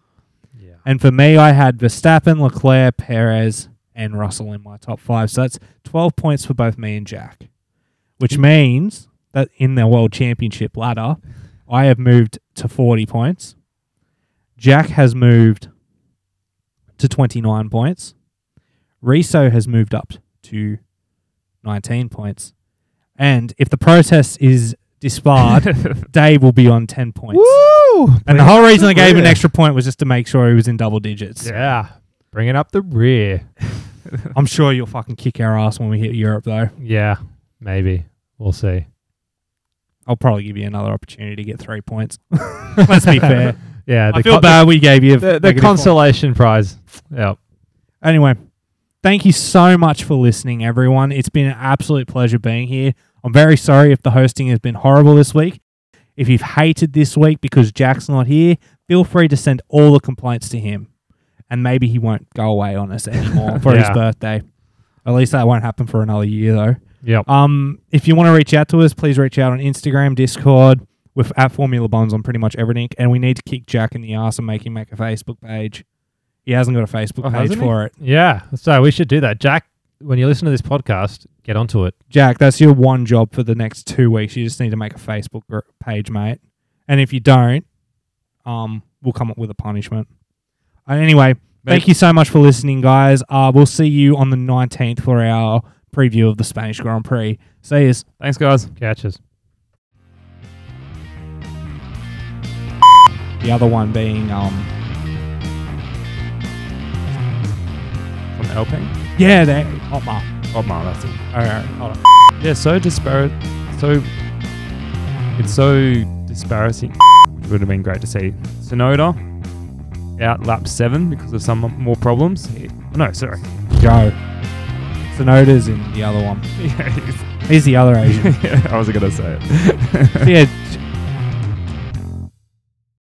[SPEAKER 3] Yeah.
[SPEAKER 1] And for me, I had Verstappen, Leclerc, Perez, and Russell in my top five. So that's 12 points for both me and Jack, which means that in the World Championship ladder, I have moved to 40 points. Jack has moved to 29 points. Riso has moved up to 19 points. And if the protest is
[SPEAKER 2] [laughs]
[SPEAKER 1] disbarred, Dave will be on 10 points.
[SPEAKER 3] Woo!
[SPEAKER 1] And the whole reason I
[SPEAKER 3] Bring it
[SPEAKER 1] gave him an
[SPEAKER 3] up.
[SPEAKER 1] extra point was just to make sure he was in double digits.
[SPEAKER 3] Yeah. Bringing up the rear.
[SPEAKER 1] I'm sure you'll fucking kick our ass when we hit Europe, though.
[SPEAKER 3] Yeah. Maybe. We'll see.
[SPEAKER 1] I'll probably give you another opportunity to get three points. [laughs] Let's
[SPEAKER 3] [laughs]
[SPEAKER 1] be fair.
[SPEAKER 3] Yeah.
[SPEAKER 1] I feel
[SPEAKER 3] con-
[SPEAKER 1] bad we gave you
[SPEAKER 3] The, the
[SPEAKER 1] negative points.
[SPEAKER 3] consolation prize. Yep.
[SPEAKER 1] Anyway, thank you so much for listening, everyone. It's been an absolute pleasure being here. I'm very sorry if the hosting has been horrible this week. If you've hated this week because Jack's not here, feel free to send all the complaints to him. And maybe he won't go away on us
[SPEAKER 2] [laughs]
[SPEAKER 1] anymore for his
[SPEAKER 3] Yeah.
[SPEAKER 1] birthday. At least that won't happen for another year, though.
[SPEAKER 3] Yep.
[SPEAKER 1] Um, if you want to reach out to us, please reach out on Instagram, Discord. We're at Formula Bonds on pretty much everything, and we need to kick Jack in the ass and make him make a Facebook page. He hasn't got a Facebook
[SPEAKER 2] Oh,
[SPEAKER 1] page
[SPEAKER 2] hasn't he?
[SPEAKER 1] for it.
[SPEAKER 3] Yeah. So we should do that. Jack, when you listen to this podcast, get onto it.
[SPEAKER 1] Jack, that's your one job for the next two weeks. You just need to make a Facebook gr- page, mate. And if you don't, um, we'll come up with a punishment. Uh, anyway, thank
[SPEAKER 2] Mate.
[SPEAKER 1] you so much for listening, guys. Uh, we'll see you on the 19th for our preview of the Spanish Grand Prix. See you.
[SPEAKER 2] Thanks, guys.
[SPEAKER 3] Catches.
[SPEAKER 1] The other one being, um,
[SPEAKER 2] From Alpine.
[SPEAKER 1] yeah, there, Otmar.
[SPEAKER 2] Oh, man, that's it.
[SPEAKER 1] All right, hold on.
[SPEAKER 2] Yeah, so disparate. So it's so disparaging, which would have been great to see. Sonoda out lap seven because of some more problems. No, sorry. [laughs]
[SPEAKER 1] Joe. Sonoda's in the other one.
[SPEAKER 2] Yeah, he's- [laughs]
[SPEAKER 1] He's the other Asian.
[SPEAKER 2] yeah, I was gonna say it.
[SPEAKER 1] yeah,